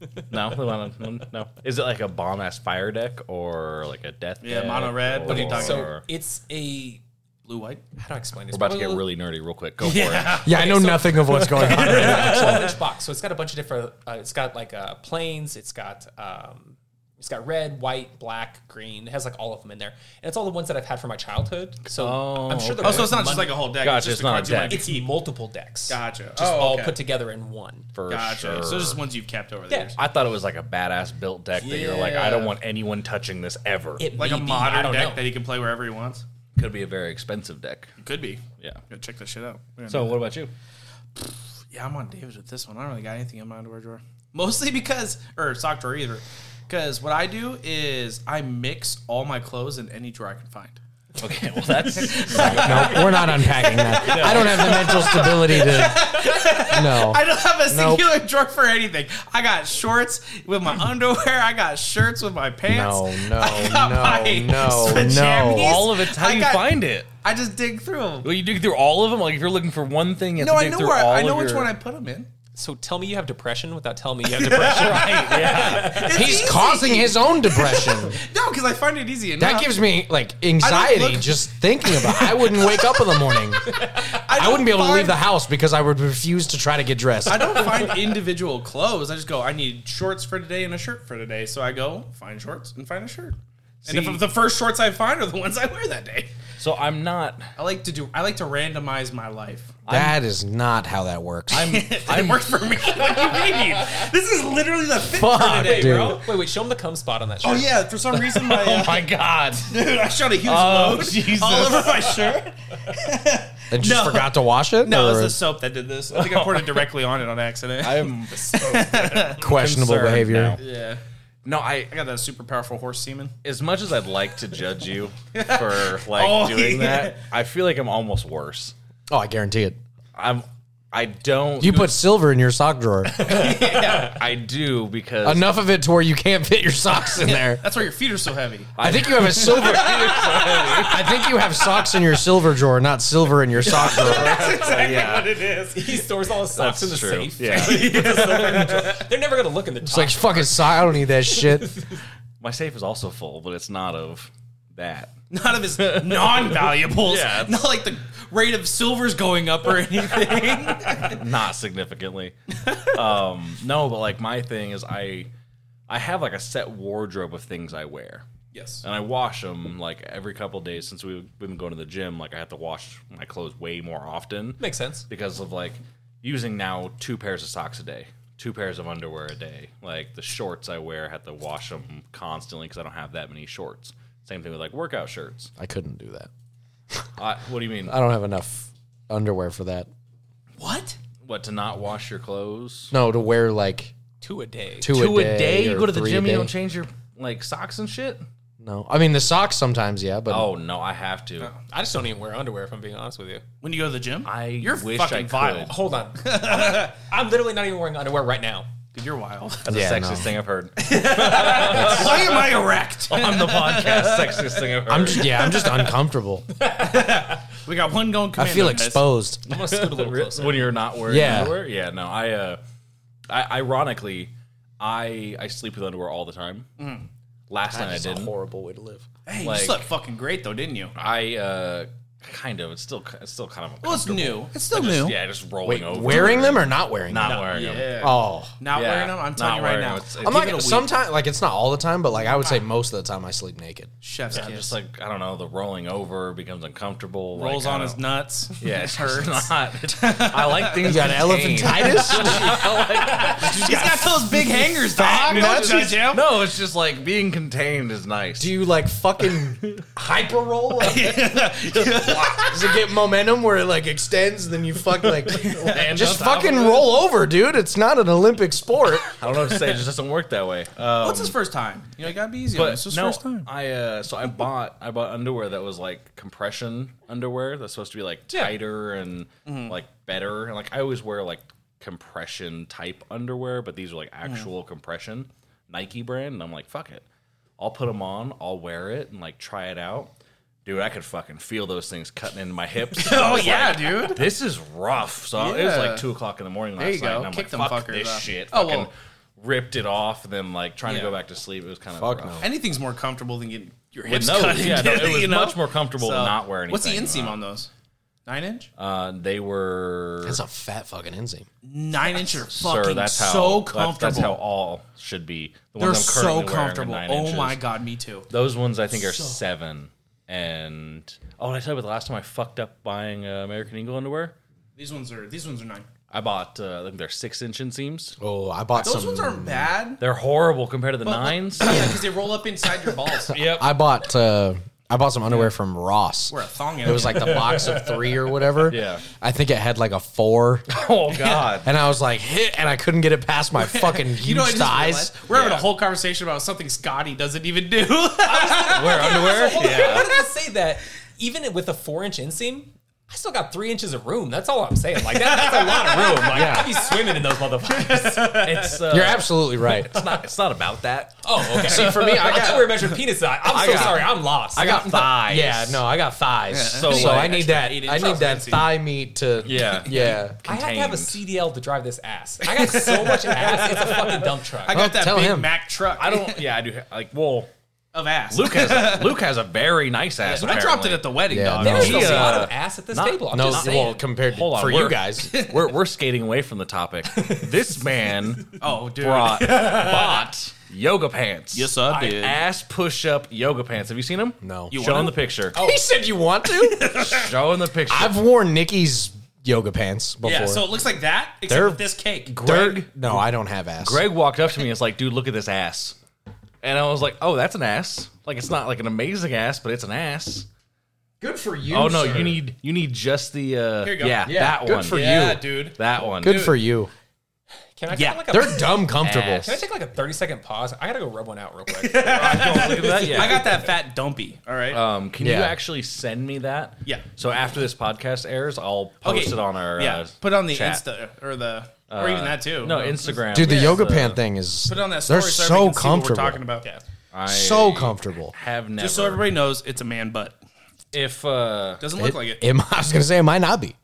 S1: though. No, they wanna- no. Is it like a bomb ass fire deck or like a death?
S3: Yeah,
S1: deck
S3: mono red. What are you
S1: or-
S3: talking
S2: So it's a.
S3: Blue white.
S2: How do I explain this?
S1: We're about to get really nerdy real quick. Go for it.
S4: [laughs] Yeah, I know nothing of what's going
S1: [laughs]
S4: on.
S2: twelve inch box. So it's got a bunch of different. Uh, it's got like uh, planes. It's got um, it's got red, white, black, green. It has like all of them in there, and it's all the ones that I've had from my childhood. So
S1: Oh,
S2: I'm sure they're
S3: Oh, so it's not just like a whole deck.
S1: Gotcha,
S3: it's just
S1: it's
S3: the
S1: not a
S3: cards you
S1: deck.
S3: might get
S2: it's multiple decks.
S3: Gotcha.
S2: Just
S3: Oh,
S2: all
S3: okay.
S2: put together in one.
S1: For
S3: Gotcha.
S1: sure.
S3: So just ones you've kept over the
S2: Yeah.
S3: years.
S1: I thought it was like a badass built deck that you're like, I don't
S3: Yeah.
S1: want anyone touching this ever. It
S2: It
S3: Like
S2: may
S3: a
S2: be, I
S3: modern
S2: don't
S3: deck
S2: know.
S3: that he can play wherever he wants.
S1: could be a very expensive deck.
S3: Could be.
S1: Yeah.
S3: Gotta check this shit out. We're gonna
S1: So what about you?
S3: yeah, I'm on David's with this one. I don't really got anything in my underwear drawer. Mostly because, or sock drawer either. Because what I do is I mix all my clothes in any drawer I can find.
S1: Okay, well [laughs] that's
S4: No, we're not unpacking that. I don't have the mental stability to. No.
S3: I don't have a
S4: Nope.
S3: singular drawer for anything. I got shorts with my underwear. I got shirts with my pants.
S4: No,
S1: [laughs]
S4: no,
S3: I got
S4: no,
S3: my
S4: no,
S3: pajamas.
S4: no.
S1: all of it's how
S3: I
S1: you
S3: got-
S1: find it.
S3: I just dig through them.
S1: Well, you dig through all of them. Like if you're looking for one thing, you have
S3: No,
S1: to
S3: I
S1: dig
S3: know
S1: through
S3: where
S1: all
S3: I
S1: of
S3: know which
S1: your-
S3: one I put them in.
S2: So tell me you have depression without telling me
S3: [laughs]
S2: you have depression. [laughs]
S1: Right, yeah.
S4: He's causing his own
S1: [laughs]
S4: depression.
S3: No, because I find it easy enough.
S4: That gives me like anxiety
S3: look-
S4: just thinking about. It. I wouldn't wake up in the morning. I wouldn't be able to leave the
S3: house.
S4: house because I would refuse to try to get dressed.
S3: I don't find individual clothes. I just go, I need shorts for today and a shirt for today. So I go find shorts and find a shirt.
S1: See-
S3: and if the first shorts I find are the ones I wear that day,
S1: So I'm not.
S3: I like to do. I like to randomize my life. [laughs]
S4: That is not how that works. [laughs]
S1: I'm.
S3: It
S1: I'm
S3: worked for me. [laughs] What do you mean? This is literally the fit
S4: Fuck,
S3: for today,
S4: dude.
S3: bro.
S2: wait, wait, show him the cum spot on that shirt.
S3: Oh yeah, for some reason [laughs] my,
S1: oh
S3: uh,
S1: my god.
S3: dude, I shot a huge
S1: Oh,
S3: [laughs] load
S1: Jesus.
S3: all over my shirt.
S4: and just
S3: no.
S4: forgot to wash it.
S3: No, it was
S4: Or
S3: the soap that did this. I think I poured it directly on it on
S1: [laughs]
S3: accident.
S1: I'm
S4: questionable
S1: concerned
S4: behavior.
S1: now.
S3: [laughs] yeah,
S1: No, I.
S3: I got that super powerful horse semen.
S1: As much as I'd like to judge you for like
S3: Oh,
S1: doing
S3: yeah.
S1: that, I feel like I'm almost worse.
S4: Oh, I guarantee it.
S1: I'm. I don't.
S4: You put silver in your sock drawer.
S1: [laughs] I do because [laughs]
S4: Enough of it to where you can't fit your socks in there.
S3: That's why your feet are so heavy.
S4: I think you have a silver. I think you have socks in your silver drawer, not silver in your sock drawer.
S3: That's exactly
S1: Yeah.
S3: what [laughs] it
S2: [laughs]
S3: is.
S2: He stores all his
S1: [laughs]
S2: socks
S1: that's
S2: in the
S1: true.
S2: safe.
S1: Yeah, [laughs]
S2: They're never gonna look in the
S4: It's
S2: top.
S4: like fucking sock. I don't need that shit.
S1: my safe is also full, but it's not of that.
S3: None of his [laughs] non-valuables.
S1: Yeah, it's-
S3: Not like the rate of silver's going up or anything.
S1: not significantly. um, no, but like my thing is I I have like a set wardrobe of things I wear.
S3: [laughs] yes.
S1: And I wash them like every couple days since we've been going to the gym. Like I have to wash my clothes way more often
S2: [laughs] Makes sense.
S1: because of like using now two pairs of socks a day, two pairs of underwear a day. Like the shorts I wear, I have to wash them constantly because I don't have that many shorts. Same thing with like workout shirts.
S4: I couldn't do that.
S1: I, what do you mean?
S4: I don't have enough underwear for that.
S3: What?
S1: What to not wash your clothes?
S4: No, to wear like
S2: Two a day.
S4: two,
S1: Two
S4: a day.
S1: You
S4: or
S1: go to the
S4: three a
S1: gym, you
S4: day.
S1: don't change your like socks and shit.
S4: No, I mean the socks sometimes, yeah, but
S1: Oh no, I have to.
S2: I just don't even wear underwear if I'm being honest with you.
S3: When you go to the gym?
S1: I
S3: you're
S1: wish
S3: fucking
S1: I could.
S3: vile.
S2: Hold
S4: [laughs]
S2: on. [laughs] I'm literally not even wearing underwear right now.
S3: Dude, you're wild.
S1: That's
S4: Yeah,
S1: the sexiest
S4: no.
S1: thing I've [laughs] heard
S3: Why am [laughs] I erect?
S1: on the podcast. sexiest thing I've heard.
S4: I'm just, yeah, I'm just
S1: [laughs]
S4: uncomfortable.
S3: We got one going.
S4: I
S3: Commando
S4: feel
S3: in this.
S4: exposed. [laughs]
S2: I'm gonna scoot
S1: [laughs]
S2: a little closer.
S1: when you're not wearing
S4: Yeah.
S1: underwear. Yeah, no, I, uh, I ironically, I I sleep with underwear all the time. Last night I
S4: That's a
S1: didn't.
S4: horrible way to live.
S3: Hey,
S1: Like-
S3: you slept fucking great though, didn't you?
S1: I uh, kind of. It's still it's still kind of.
S3: Well, it's new. It's still
S1: Just,
S3: new.
S1: yeah, just rolling
S4: Wait,
S1: over.
S4: wearing them or not wearing
S1: Not
S4: them?
S1: wearing them.
S3: Yeah.
S4: Oh.
S3: Not
S1: Yeah.
S3: wearing them. I'm telling
S1: Not
S3: you right
S1: wearing
S3: now.
S1: them. It's-
S4: I'm
S1: Give
S4: like sometimes like it's not all the time, but like I would say most of the time I sleep naked.
S3: Chef's
S1: I'm
S3: kiss.
S1: just like I don't know. The rolling over becomes uncomfortable.
S3: rolls
S1: like, I
S3: on
S1: don't-
S3: his nuts.
S1: Yeah, it's just not. I like things.
S4: You got
S1: contained. [laughs]
S4: elephantitis?
S3: He's got those big hangers,
S4: Fat
S3: dog. Don't
S4: nuts.
S3: judge him.
S1: No, it's just like being contained is nice.
S4: Do you like fucking hyper roll? Like,
S1: Wow.
S4: does it get momentum where it like extends and then you fuck like
S1: And
S4: [laughs] just
S1: on top
S4: fucking
S1: of it-
S4: roll over, dude? It's not an Olympic sport.
S1: I don't know what to say. It just doesn't work that way. Uh,
S3: What's his first time? You know, you gotta be easy. on him.
S1: but
S3: It's his
S1: no,
S3: first time.
S1: I uh, so I bought I bought underwear that was like compression underwear that's supposed to be like tighter and
S4: Mm-hmm.
S1: like better. And like I always wear like compression type underwear, but these are like
S4: Mm.
S1: actual compression Nike brand. And I'm like, fuck it, I'll put them on. I'll wear it and like try it out. Dude, I could fucking feel those things cutting into my
S3: [laughs]
S1: hips. I
S3: Oh
S1: was
S3: yeah,
S1: like,
S3: dude.
S1: This is rough. So it was
S3: Yeah.
S1: like two o'clock in the morning last
S3: you
S1: night,
S3: go.
S1: and I'm
S3: Kick them
S1: like, "Fuck
S3: fuckers
S1: this
S3: up."
S1: shit."
S3: Oh,
S1: fucking
S3: well.
S1: ripped it off, and then like trying to
S3: Yeah.
S1: go back to sleep. It was kind of
S4: Fuck
S1: rough.
S4: no.
S3: Anything's more comfortable than getting your
S1: With
S3: hips
S1: those, [laughs]
S3: cut.
S1: yeah,
S3: into,
S1: no, it was
S3: [laughs] you know?
S1: much more comfortable to not wear
S3: What's the
S1: anything,
S3: inseam
S1: uh,
S3: on those? Nine inch.
S1: Uh, they were,
S4: That's a fat fucking inseam.
S3: Nine inch are fucking
S1: sir. That's how
S3: so
S1: that's- That's,
S3: comfortable.
S1: how all should be. The
S3: They're
S1: ones I'm currently
S3: so
S1: wearing are
S3: comfortable.
S1: nine
S3: Oh
S1: inches.
S3: my god, me too.
S1: Those ones I think are seven. And oh, did I tell you about the last time I fucked up buying uh, American Eagle underwear?
S3: These ones are these ones are nine.
S1: I bought uh, I think they're six inch inseams.
S4: Oh, I bought
S3: Those
S4: some.
S3: ones aren't bad.
S1: They're horrible compared to the
S3: [coughs]
S1: nines.
S3: Yeah, because they roll up inside your balls.
S1: yep.
S4: I bought uh, I bought some underwear from Ross.
S3: We're a thong.
S4: It was like the box of three or whatever.
S3: [laughs]
S1: Yeah.
S4: I think it had like a four,
S1: oh god.
S4: and I was like, hit, and I couldn't get it past my fucking huge
S3: you know, I just
S4: thighs.
S3: realized We're having a
S1: Yeah.
S3: whole [laughs] conversation about something Scotty doesn't even do.
S1: Wear underwear?
S2: Hold on, Why did I say that? even with a four inch inseam, I still got three inches of room. That's all I'm saying. Like that, that's a lot of room. Like I'd be swimming in those
S4: [laughs]
S2: motherfuckers.
S1: It's uh,
S4: You're absolutely right.
S1: it's not it's not about that.
S2: oh, okay.
S4: See, for me,
S2: I
S4: I [laughs]
S2: thought
S4: got
S2: we were measuring penis size. I'm so
S4: got-
S2: sorry. I'm lost.
S4: I got
S1: thighs.
S4: Yeah, no, I got thighs. So,
S1: So, like,
S4: I need that.
S3: eight
S4: I need
S3: inches.
S4: that thigh meat to.
S1: Yeah.
S4: [laughs] yeah.
S2: I have to have a CDL to drive this ass. I got so much ass. It's a fucking dump truck.
S3: I got that
S4: tell
S3: Big
S4: him.
S3: Mac truck.
S1: I don't. Yeah, I do. ha- Like, well,
S3: of ass.
S1: Luke has Luke has a very nice ass.
S3: [laughs] I dropped it at the wedding,
S4: Yeah,
S3: dog.
S4: no.
S2: There's
S1: He,
S2: a lot
S1: uh,
S2: of ass at this
S1: not-
S2: table. I'm
S4: No,
S2: just saying.
S4: well, compared to,
S1: Hold on,
S4: for you
S1: we're-
S4: guys, [laughs]
S1: We're we're skating away from the topic. This man
S3: [laughs] Oh, dude.
S1: brought bought yoga pants.
S3: Yes, I did.
S1: Ass push up yoga pants. Have you seen them?
S4: No.
S1: You
S4: You
S3: want
S1: Show him the
S3: 'em? [laughs]
S1: picture.
S4: he said you want to.
S1: [laughs] Show him the picture.
S4: I've worn Nikki's yoga pants before.
S3: Yeah, so it looks like that, except
S4: They're-
S3: with this cake.
S4: They're-
S1: Greg-
S4: No, I don't have ass.
S1: Greg walked up to me and was like, dude, look at this ass. And I was like, oh, that's an ass. Like it's not like an amazing ass, but it's an ass.
S5: Good for you.
S1: Oh no,
S5: sir.
S1: you need you need just the uh
S3: Here you go.
S1: Yeah,
S3: Yeah,
S1: that
S4: good
S1: one.
S4: for
S3: yeah,
S4: you.
S3: dude.
S1: That one.
S4: Good for you.
S2: Can I
S3: Yeah,
S2: take like a,
S4: They're dumb comfortable.
S1: Ass.
S2: Can I take like a 30 second pause? I gotta go rub one out real quick.
S1: Look at that, yeah.
S3: [laughs] I got that fat dumpy. All right.
S1: Um, can you
S4: Yeah.
S1: actually send me that?
S3: Yeah.
S1: So after this podcast airs, I'll post it on our
S3: yeah.
S1: uh,
S3: put it on the
S1: chat. Uh,
S3: Insta or the or even that too.
S1: No, Instagram.
S4: Dude, the
S1: is,
S4: yoga
S1: uh,
S4: pant thing is.
S3: Put it on that story.
S4: They're
S3: so, everybody
S4: so
S3: can see what
S4: comfortable.
S3: We're talking about. Yeah.
S1: I
S4: So comfortable.
S1: have never.
S3: Just so everybody knows, it's a man butt.
S1: if uh,
S3: Doesn't look like it.
S4: Am- I was gonna say it might not be.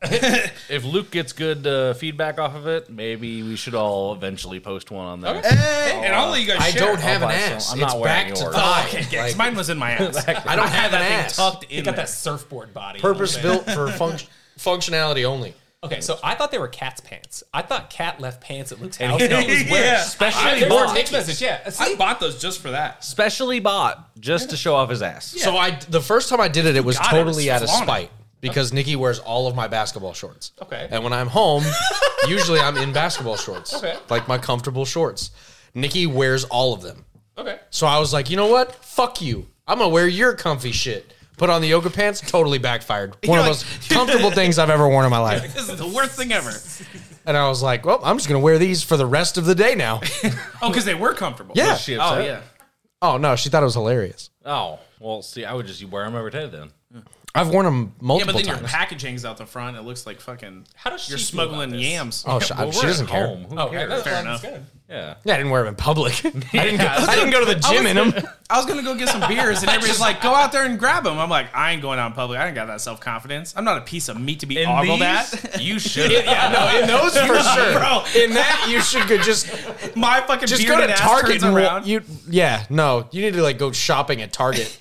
S1: if Luke gets good uh, feedback off of it, maybe we should all eventually post one on there.
S3: and I'll let you guys.
S4: I
S3: share.
S4: don't have an
S1: buy some.
S4: ass.
S1: I'm
S4: it's
S1: not wearing
S4: back to
S1: yours.
S4: thigh.
S3: Okay, yeah, 'cause
S4: Like,
S3: mine was
S4: [laughs]
S3: in my ass.
S4: I don't have an ass.
S3: tucked
S2: You
S3: in.
S2: got
S3: there.
S2: that surfboard body.
S4: Purpose built for func- functionality only.
S2: Okay, so I thought they were cat's pants. I thought cat left pants at Luke's house. No, it was wearing.
S3: [laughs] Yeah.
S2: I,
S1: Especially
S2: there's a
S1: bought,
S2: text message. Yeah,
S3: I
S2: see,
S3: bought those just for that.
S1: specially bought just to show off his ass.
S4: So I, the first time I did it, it was
S3: God, it was
S4: totally out of
S3: flaunting.
S4: spite because Nikki wears all of my basketball shorts.
S2: Okay.
S4: And when I'm home, usually I'm in basketball shorts.
S2: Okay.
S4: Like my comfortable shorts. Nikki wears all of them.
S2: okay.
S4: So I was like, you know what? Fuck you. I'm gonna wear your comfy shit. Put on the yoga pants. Totally backfired. One of
S3: You're
S4: the
S3: like-
S4: most comfortable things I've ever worn in my life.
S3: This is the worst thing ever.
S4: And I was like, well, I'm just gonna wear these for the rest of the day
S3: [laughs]
S4: now.
S3: Oh, because they were comfortable.
S4: Yeah.
S1: She
S3: Oh
S1: upset?
S3: yeah.
S4: Oh no, she thought it was hilarious.
S1: Oh well, see, I would just wear them every day then.
S4: I've worn them
S3: Yeah, but
S4: multiple
S3: then your
S4: times.
S3: packaging's out the front. It looks like fucking.
S2: How does she
S3: You're
S2: feel
S3: smuggling
S2: about this?
S3: yams.
S4: Oh, she,
S1: Well,
S4: she
S1: we're
S4: doesn't
S1: at
S4: care.
S1: home. Who
S2: Oh, okay,
S1: cares?
S2: that's,
S3: Fair
S2: that's
S3: enough.
S2: good.
S1: Yeah.
S4: Yeah, I didn't wear them
S3: [laughs]
S4: in public. I, didn't go, I didn't go to the gym in them.
S3: I was gonna go get some beers, [laughs] and everybody's like, "Go out there and grab them." I'm like, "I ain't going out in public. I ain't got that self confidence. I'm not a piece of meat to be ogled at." [laughs]
S1: you should.
S4: No, in those for sure.
S3: bro.
S4: In that, you should
S3: [laughs]
S4: go just
S3: My fucking
S4: just
S3: bearded
S4: go to
S3: ass
S4: Target
S3: turns
S4: and wa-
S3: around.
S4: you. Yeah, no, you need to like go shopping
S3: [laughs]
S4: at Target.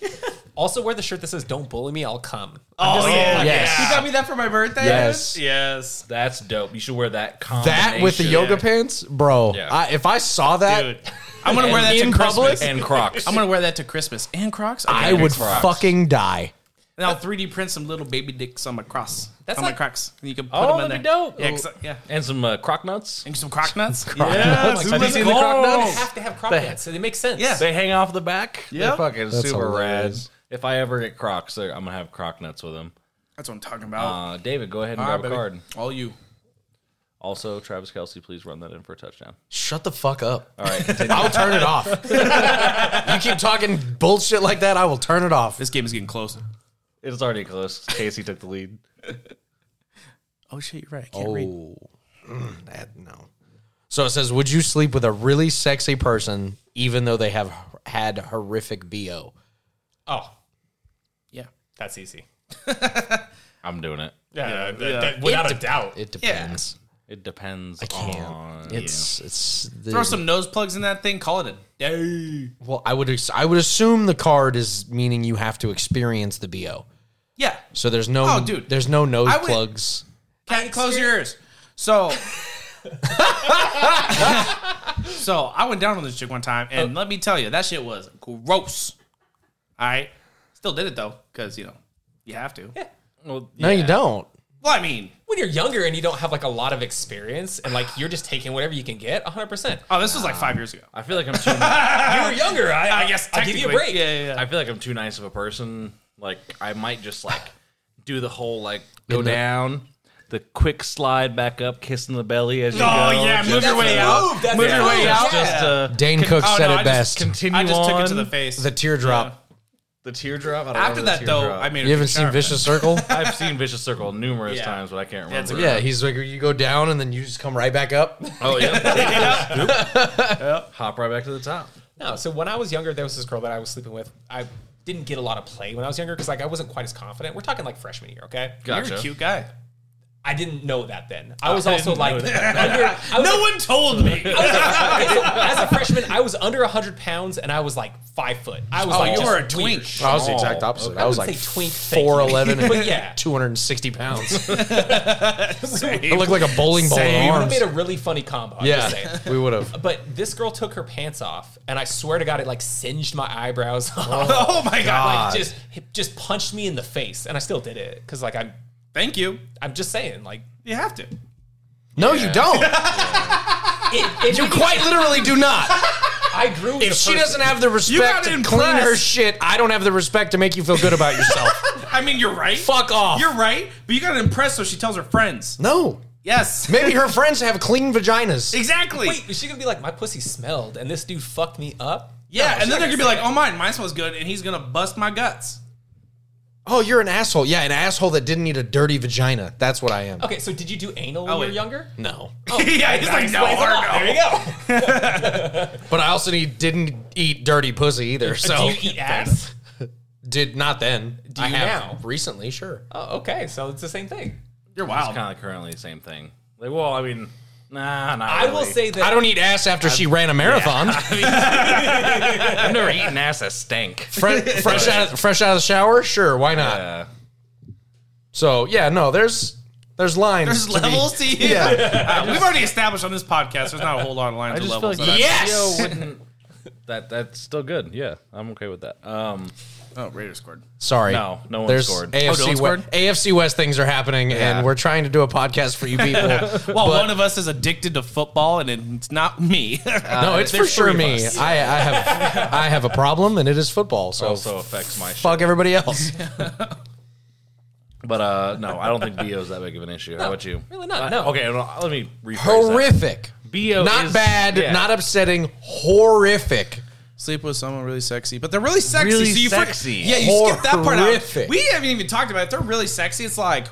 S2: Also, wear the shirt that says "Don't bully me, I'll come."
S3: oh yeah,
S4: yes.
S3: You got me that for my birthday.
S4: Yes.
S3: yes.
S1: That's dope. You should wear that.
S4: that with the
S1: combination.
S4: yoga pants, bro.
S1: Yeah.
S4: I, if I saw that,
S3: Dude, [laughs] I'm gonna wear that to
S4: in
S3: Christmas.
S4: public?
S1: and Crocs.
S3: [laughs] I'm gonna wear that to Christmas and Crocs. Okay.
S4: I would
S1: Crocs.
S4: fucking die.
S3: And I'll 3D print some little baby dicks on my cross.
S2: That's
S3: on
S2: like-
S3: my Crocs. And you can put
S1: Oh,
S3: them
S1: that'd
S3: in
S1: be
S3: there.
S1: dope.
S3: Yeah, 'cause I- yeah.
S1: and some uh, croc nuts.
S3: And some croc [laughs] nuts.
S1: nuts. Have you seen the croc
S2: They
S1: nuts?
S2: have to have crop pants, so they make sense.
S3: Oh. Yeah.
S1: They hang off the back.
S3: Yeah.
S1: They're fucking
S4: That's
S1: super
S4: hilarious.
S1: rad. If I ever get Crocs, they're- I'm gonna have Croc nuts with them.
S3: That's what I'm talking about.
S1: Uh, David, go ahead and
S3: All right,
S1: grab a
S3: baby.
S1: card.
S3: Uh, All you.
S1: Also, Travis Kelsey, please run that in for a touchdown.
S4: Shut the fuck up.
S1: All right,
S4: [laughs] I'll turn it off. you keep talking bullshit like that, I will turn it off.
S3: This game is getting close.
S1: it's already close. Casey took the lead.
S3: Oh shit, you're right. I can't read.
S4: Oh, Mm, that- no. So it says, would you sleep with a really sexy person even though they have had horrific bo?
S2: Oh,
S3: Yeah.
S2: that's easy.
S1: I'm doing it.
S2: Yeah, that- that- without a doubt.
S4: It depends.
S1: It depends. I
S4: can't.
S1: On,
S4: It's it's the,
S3: Throw some nose plugs in that thing. Call it a day.
S4: well. I would ex- I would assume the card is meaning you have to experience the bo.
S3: Yeah.
S4: So there's no
S3: Oh, dude.
S4: there's no nose
S3: would-
S4: plugs.
S3: Cat, close your ears. So, [laughs] so I went down on this chick one time,
S1: Oh.
S3: and let me tell you, that shit was gross. All right, still did it though, because you know you have to.
S1: well,
S4: No, you don't.
S3: Well, I mean,
S2: When you're younger and you don't have like a lot of experience and like you're just taking whatever you can get, 100. percent
S3: oh, this was like
S1: Ah.
S3: five years ago.
S1: I feel like I'm too. I
S2: You
S3: [laughs]
S2: were younger. I, I guess I give you a
S3: Technically.
S2: break.
S3: Yeah, yeah, yeah.
S1: feel like I'm too nice of a person. Like I might just like do the whole like go down. The quick slide back up, kissing the belly as you go.
S3: Oh, move your way
S2: out. That's
S3: Move your
S2: the
S3: way
S2: move.
S3: out.
S1: Just, uh,
S4: Dane Cook
S3: Oh,
S4: said
S3: no,
S4: it
S3: I just
S4: best.
S1: continue
S3: I just took
S1: on.
S3: it to the face.
S4: the teardrop.
S1: The teardrop. I don't
S3: After
S1: remember
S3: that
S1: the
S3: though,
S1: teardrop.
S3: I mean,
S4: You haven't seen
S3: [laughs]
S4: Vicious Circle?
S1: I've seen Vicious Circle numerous
S3: Yeah.
S1: times, but I can't
S3: That's
S1: remember.
S4: yeah, he's like you go down and then you just come right back up.
S1: Oh yeah. Hop right back to the top.
S2: No, so when I was younger, there was this girl that I was sleeping with. I didn't get a lot of play when I was younger because like I wasn't quite as confident. We're talking like freshman year, okay?
S1: Gotcha.
S3: You're a cute guy.
S2: I didn't know that then. I was
S1: I
S2: also
S1: didn't
S2: like
S1: know
S2: [laughs] under, I was
S3: No
S2: like-
S3: one told me.
S2: I was like- [laughs] okay, so as a freshman, I was under 100 pounds and I was like five foot. I was
S3: Oh,
S2: like
S3: you
S2: just
S3: were a
S2: weird.
S3: twink.
S4: I was the
S1: Oh,
S4: exact opposite.
S1: okay.
S4: I,
S2: I
S4: was
S2: would
S4: like
S2: say twink, thank you.
S4: four eleven
S2: [laughs] But
S4: and
S2: yeah.
S4: two hundred and
S2: [laughs]
S4: sixty pounds. I
S3: Same.
S4: looked like a bowling ball
S3: Same.
S4: in
S2: We would have
S4: arms.
S2: made a [laughs] really funny combo. I'm just saying.
S4: Yeah, we would have.
S2: But this girl took her pants off, and I swear to God, it like singed my eyebrows. off.
S3: [laughs] Oh my god!
S2: like just just punched me in the face, and I still did it because like I'm
S3: Thank you.
S2: I'm just saying
S3: [laughs]
S2: like
S3: You have to.
S4: No, you don't.
S2: [laughs] it, it
S4: You quite literally do not.
S2: [laughs] I grew.
S4: If she doesn't have the respect
S3: gotta
S4: to clean
S3: impress.
S4: her shit, I don't have the respect to make you feel good about [laughs] yourself.
S3: I mean, you're right.
S4: Fuck off.
S3: You're right. But you gotta impress so she tells her friends.
S4: no.
S3: Yes.
S4: Maybe her friends have clean vaginas.
S3: Exactly.
S2: wait, is she gonna be like my pussy smelled, and this dude fucked me up? she's
S3: yeah, and
S2: not
S3: then they're gonna be like, "Oh, mine, mine smells good," and he's gonna bust my guts.
S4: Oh, you're an asshole. Yeah, an asshole that didn't need a dirty vagina. That's what I am.
S2: Okay, so did you do anal when
S3: Oh,
S2: you were
S3: wait. Oh.
S2: younger?
S4: No.
S2: [laughs]
S3: [laughs] yeah, he's like,
S2: Oh, Explains a
S3: "No,
S2: lot. There
S3: or
S2: you
S3: no."
S2: go.
S4: But I also need, didn't eat dirty pussy [laughs] either. So
S2: Do you [laughs] eat ass?
S4: did not then. Do
S2: you
S4: I have
S2: now?
S4: recently, sure.
S2: Oh, okay, so it's the same thing.
S3: You're wild.
S1: It's kind of currently the same thing. Like, well, I mean, nah, not
S2: I will
S1: really.
S2: say that
S4: I don't eat ass after she ran a marathon.
S3: [laughs]
S1: I've never eaten ass that stank.
S4: Fre- fresh out, fresh out of the shower, sure. Why not?
S1: Uh,
S4: So yeah, no. There's there's lines.
S3: There's
S4: to be-
S3: levels to you.
S4: [laughs] Yeah.
S3: Uh, we've already established on this podcast. There's not a whole lot of lines
S1: I
S3: or
S1: just feel
S3: levels.
S1: like
S3: that I-
S4: Yes!
S1: video wouldn't. That that's still good. Yeah, I'm okay with that. Um,
S3: Oh, Raiders scored.
S4: Sorry.
S1: No, no one
S4: There's
S1: scored.
S3: Oh,
S4: AFC,
S3: no one
S4: West,
S3: scored?
S4: AFC West things are happening, and we're trying to do a
S3: [laughs]
S4: podcast for you people.
S3: Well, one of us is addicted to football, and it's not me.
S4: no, it's for
S3: there's
S4: sure
S3: three of
S4: me.
S3: us.
S4: I, I have I have a problem, and it is football. So
S1: also affects my shit.
S4: fuck everybody else.
S1: [laughs] But uh, no, I don't think bo is that big of an issue. How about you?
S2: really not,
S1: Uh,
S2: no.
S1: Okay, well, let me rephrase that.
S4: horrific.
S1: Bo
S4: not
S1: is-
S4: bad.
S1: yeah.
S4: Not upsetting. Horrific.
S3: Sleep with someone really sexy, but they're really sexy.
S1: Really
S3: so you fr-
S1: sexy.
S3: yeah, you skip that part out.
S4: Horrific.
S3: We haven't even talked about it. They're really sexy. It's like,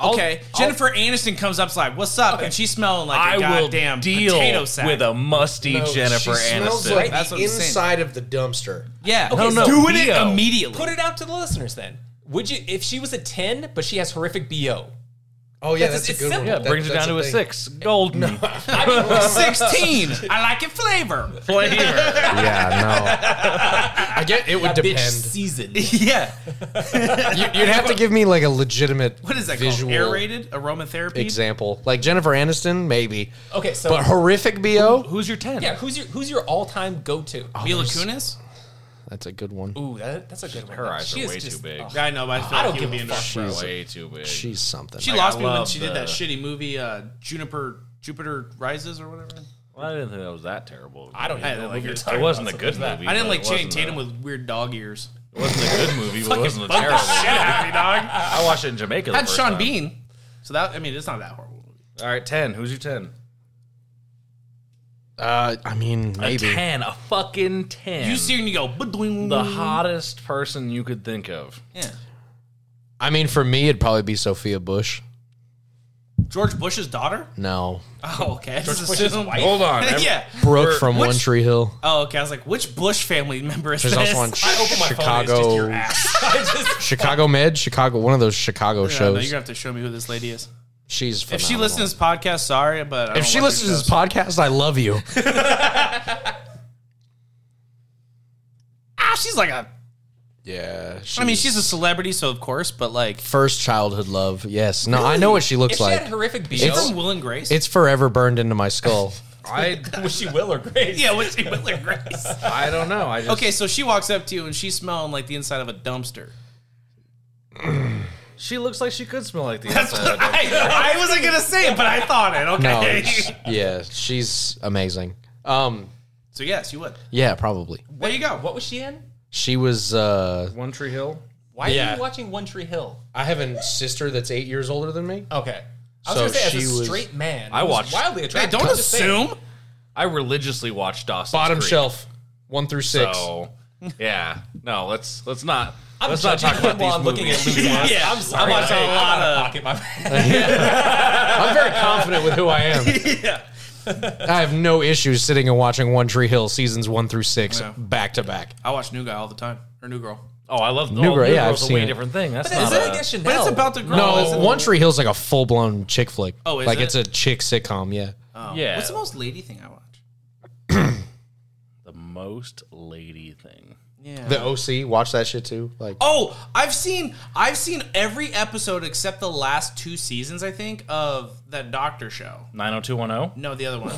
S3: okay, Jennifer Aniston comes up, it's like, "What's up?" And she's smelling like a
S1: I will
S3: goddamn
S1: deal
S3: potato sack.
S1: with a musty Jennifer
S4: she smells
S1: Aniston.
S4: like
S3: That's
S4: the
S3: what I'm saying.
S4: inside of the dumpster.
S3: yeah,
S2: Okay,
S3: no,
S2: so-
S3: no, doing it
S1: Theo.
S3: immediately. [laughs]
S2: put it out to the listeners then. Would you if she was a ten but she has horrific bo?
S4: Oh yeah,
S2: That's-
S4: that's,
S2: it's
S4: a good
S2: simple.
S1: yeah,
S4: one.
S1: it
S4: That-
S1: brings it
S4: that's
S1: down to a
S4: thing.
S1: six. Golden
S2: I mean, like,
S3: Sixteen. I like it flavor.
S1: flavor.
S4: [laughs] Yeah, no. I get it
S2: that
S4: would
S2: bitch
S4: depend.
S2: seasoned.
S3: [laughs] yeah.
S4: You'd have to give me like a legitimate
S3: What is that
S4: visual
S3: called? Aerated aromatherapy.
S4: example. Like Jennifer Aniston, maybe.
S2: Okay, so
S4: But horrific bo.
S1: Who's your ten?
S2: yeah, who's your who's your all time go to?
S3: Mila Kunis.
S4: That's a good one.
S2: Ooh, that, that's a good one.
S1: Her eyes
S2: She
S1: are
S2: is
S1: way
S2: just-
S1: too big.
S2: oh.
S3: I know, but I feel
S2: I
S3: like
S2: don't
S3: he would be
S2: give a
S3: in
S2: fuck.
S3: there.
S1: She's
S4: She's
S1: way too big.
S4: She's something.
S3: She
S1: Like,
S3: lost
S1: I
S3: me when
S1: love
S3: she did that
S1: the-
S3: shitty movie, uh, Juniper Jupiter Rises or whatever.
S1: Well, I didn't think that was that terrible.
S2: I don't even
S3: I
S2: know
S3: like
S2: what
S3: it.
S2: you're
S3: It
S2: talking
S1: It wasn't a
S2: about, so
S1: good
S2: there's that.
S1: movie.
S3: I didn't
S1: but
S3: like
S1: it
S3: Channing
S1: wasn't
S3: Tatum
S1: a-
S3: with weird dog ears.
S1: It wasn't a [laughs] good movie, but it wasn't a
S3: Fucking
S1: terrible.
S3: shit out of me, dog.
S1: I watched it in Jamaica. the
S3: Had
S1: first
S3: Sean
S1: time.
S3: Bean. So that I mean, it's not that horrible.
S1: All right, ten. Who's your ten?
S4: Uh, I mean,
S1: A
S4: maybe.
S1: ten. A fucking ten. Mm.
S3: You see her and you go, "Ba-doing."
S1: the hottest person you could think [laughs] of.
S3: Yeah.
S4: I mean, for me, it'd probably be Sophia Bush.
S3: George Bush's daughter. [laughs]
S4: No,
S3: Oh, okay. George
S2: Bush's wife?
S1: Hold
S3: [laughs]
S1: on.
S3: yeah.
S4: Brooke
S1: Or-
S4: from
S3: which-
S4: One Tree Hill.
S3: Oh, okay. I was like, which Bush family member is
S4: There's
S3: this? [laughs]
S4: also on [laughs]
S2: I open my phone. and
S4: Chicago,
S2: It's just your ass. I just
S4: Chicago Med, Chicago. One of those Chicago
S3: Yeah, no, you're
S4: shows.
S3: gonna have to show me who this lady is.
S4: She's
S3: If
S4: phenomenal.
S3: she listens to this podcast, sorry, but I
S4: If
S3: don't
S4: she
S3: watch her
S4: listens to this
S3: shows.
S4: podcast, I love you.
S3: [laughs] ah, she's like a.
S4: Yeah.
S3: I mean, she's a celebrity, so of course, but like
S4: first childhood love. Yes. No, I know what she looks
S2: if she
S4: like.
S2: had horrific bo,
S3: she's from Will and Grace.
S4: it's forever burned into my skull.
S1: I
S2: was she Will or Grace?
S3: yeah, which Will and Grace.
S1: I don't know. I just,
S3: [laughs] Okay, so she walks up to you and she's smelling like the inside of a dumpster.
S1: She looks like she could smell like the
S3: I,
S1: inside. of a-
S3: [laughs] I wasn't gonna say it, but I thought it. [laughs]
S4: No.
S3: Okay.
S4: it's- yeah, she's amazing. Um,
S3: so yes, you would.
S4: yeah, probably.
S3: There you go.
S2: What was she in?
S4: She was uh
S1: One Tree Hill.
S2: Why are
S4: Yeah.
S2: you watching One Tree Hill?
S4: I have a sister that's 8 years older than me.
S2: Okay. I was
S4: So
S2: gonna say
S4: she
S2: as a
S4: was-
S2: straight man,
S1: I
S2: who's
S1: watched-
S2: wildly
S3: Hey,
S2: attractive.
S3: don't
S2: I'm just saying.
S3: assume.
S1: I religiously watched Dawson's
S4: Bottom
S1: Creek, [laughs]
S4: shelf, 1 through 6.
S1: So Yeah. No, let's let's not
S2: I'm
S1: let's not
S2: judging
S1: talk about
S2: him
S1: these
S2: while I'm looking at
S1: movies.
S2: Luke's list.
S3: [laughs] Yeah,
S2: I'm sorry.
S3: I'm watching a
S2: Hey,
S3: lot
S2: I'm out
S3: of-
S2: pocket my
S4: I'm very confident with who I am. I have no issues sitting and watching One Tree Hill seasons one through six
S3: Yeah.
S4: back to back.
S3: I watch New Guy all the time or New Girl.
S1: oh, I love
S4: New
S1: oh,
S4: Girl, yeah, I've
S1: Girl's a way
S4: seen it.
S1: different thing. That's
S2: Is
S1: not
S2: that
S1: a-
S2: against Chanel?
S3: But it's about the girl.
S4: No,
S3: isn't it?
S4: One Tree Hill's like a full blown chick flick.
S3: Oh, is
S4: like
S3: it?
S4: it's a chick sitcom. Yeah,
S3: Oh.
S1: Yeah.
S3: What's the most lady thing I watch?
S1: the most lady thing.
S3: Yeah.
S4: the OC. Watch that shit too. Like
S3: oh, I've seen I've seen every episode except the last two seasons. I think of that Doctor show.
S1: Nine hundred two one zero.
S3: No, the other one.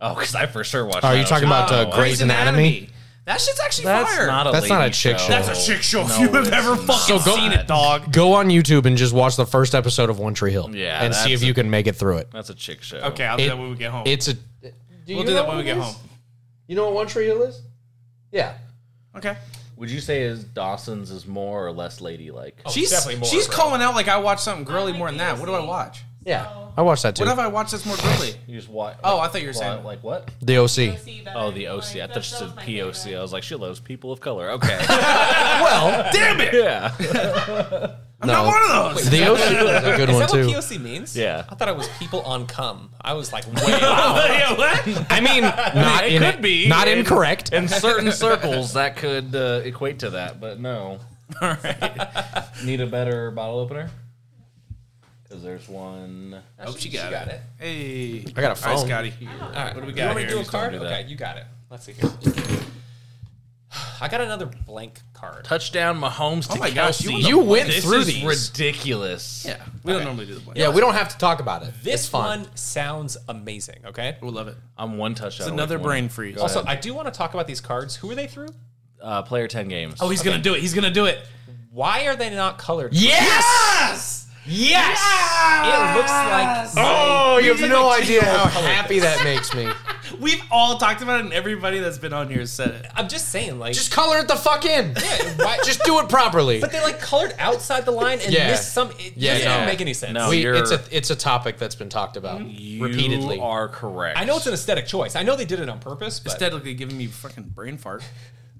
S1: Oh, because I for sure watched.
S4: Are you talking about, uh,
S1: 90210?
S4: Grey's Anatomy?
S3: That shit's actually
S1: That's
S3: fire.
S1: not a.
S4: That's not
S1: lady
S4: a chick show.
S3: That's a chick show.
S1: No,
S3: if you have
S1: it's
S3: ever
S1: not.
S3: fucking
S1: So go-
S3: seen it, dog.
S4: go on YouTube and just watch the first episode of One Tree Hill.
S1: Yeah,
S4: and see
S1: that's
S4: if you can make it through it.
S1: That's a chick show.
S3: Okay, I'll do
S4: It-
S3: that when we get home.
S4: It's a.
S3: Oh. we'll do that when we get home.
S4: You know what One Tree Hill is? Yeah.
S3: Okay.
S1: Would you say is Dawson's is more or less ladylike?
S2: Oh,
S3: She's
S2: definitely more,
S3: she's
S2: bro.
S3: calling out like I watch something girly
S5: I
S3: more than that. What do I watch?
S4: Yeah. I watched that too.
S3: What have I watched that's more girly?
S1: You just watch.
S3: Oh, I thought you were saying-
S1: like what?
S4: the OC.
S1: Oh, the OC. I thought you said POC. I was like, she loves people of color. Okay.
S4: Well,
S3: Damn
S1: [laughs]
S3: it!
S1: yeah.
S3: I'm not one of those.
S4: the OC is a
S2: [laughs]
S4: good
S2: Is
S4: one
S2: that what
S4: too.
S2: POC means?
S1: Yeah.
S2: I thought it was people on cum. I was like, wow.
S3: Yeah, what?
S4: I mean, not
S1: it
S4: in
S1: could be.
S4: not
S1: In-
S4: incorrect.
S1: In certain [laughs] circles, that could uh, equate to that, but [laughs] no.
S3: All right.
S1: Need a better bottle opener? Because there's one.
S3: Hope she got, it. Hey,
S4: I got a
S3: All right,
S4: phone.
S3: Scotty.
S2: All right, what do we
S3: got
S2: You want me
S3: here?
S2: to do a
S1: Just don't
S2: card?
S1: do that.
S2: okay, you got it. Let's see here. [sighs] I got another blank card.
S1: Touchdown Mahomes to
S3: Oh my gosh,
S1: Kelsey.
S3: you-
S4: you went
S1: this
S4: through
S1: is
S4: these.
S1: ridiculous.
S3: Yeah, we don't normally do the play.
S4: yeah, we don't have to talk about it.
S2: This
S4: it's fun.
S2: one sounds amazing. Okay.
S3: we love it.
S1: I'm one touchdown. away
S3: Another
S1: from
S3: brain
S1: one.
S3: freeze.
S1: Go ahead.
S2: Also, I do want to talk about these cards. Who are they through?
S1: uh, player 10 games.
S3: oh, he's gonna do it. He's gonna do it.
S2: Why are they not colored?
S3: Yes.
S2: It looks like.
S4: Oh, you have no
S3: like-
S4: idea how happy that makes me.
S3: [laughs] We've all talked about it, and everybody that's been on here has said it.
S2: I'm just saying, like.
S4: Just color it the fuck in. [laughs]
S2: why,
S4: Just do it properly.
S2: but they like colored outside the line and
S4: Yeah.
S2: missed some. It
S4: Yeah,
S2: doesn't
S4: no.
S2: even make any sense.
S1: No.
S4: we,
S1: you're-
S4: it's a it's a topic that's been talked about
S1: You
S4: repeatedly.
S1: are correct.
S2: I know it's an aesthetic choice. I know they did it on purpose, but
S3: Instead of giving me fucking brain fart.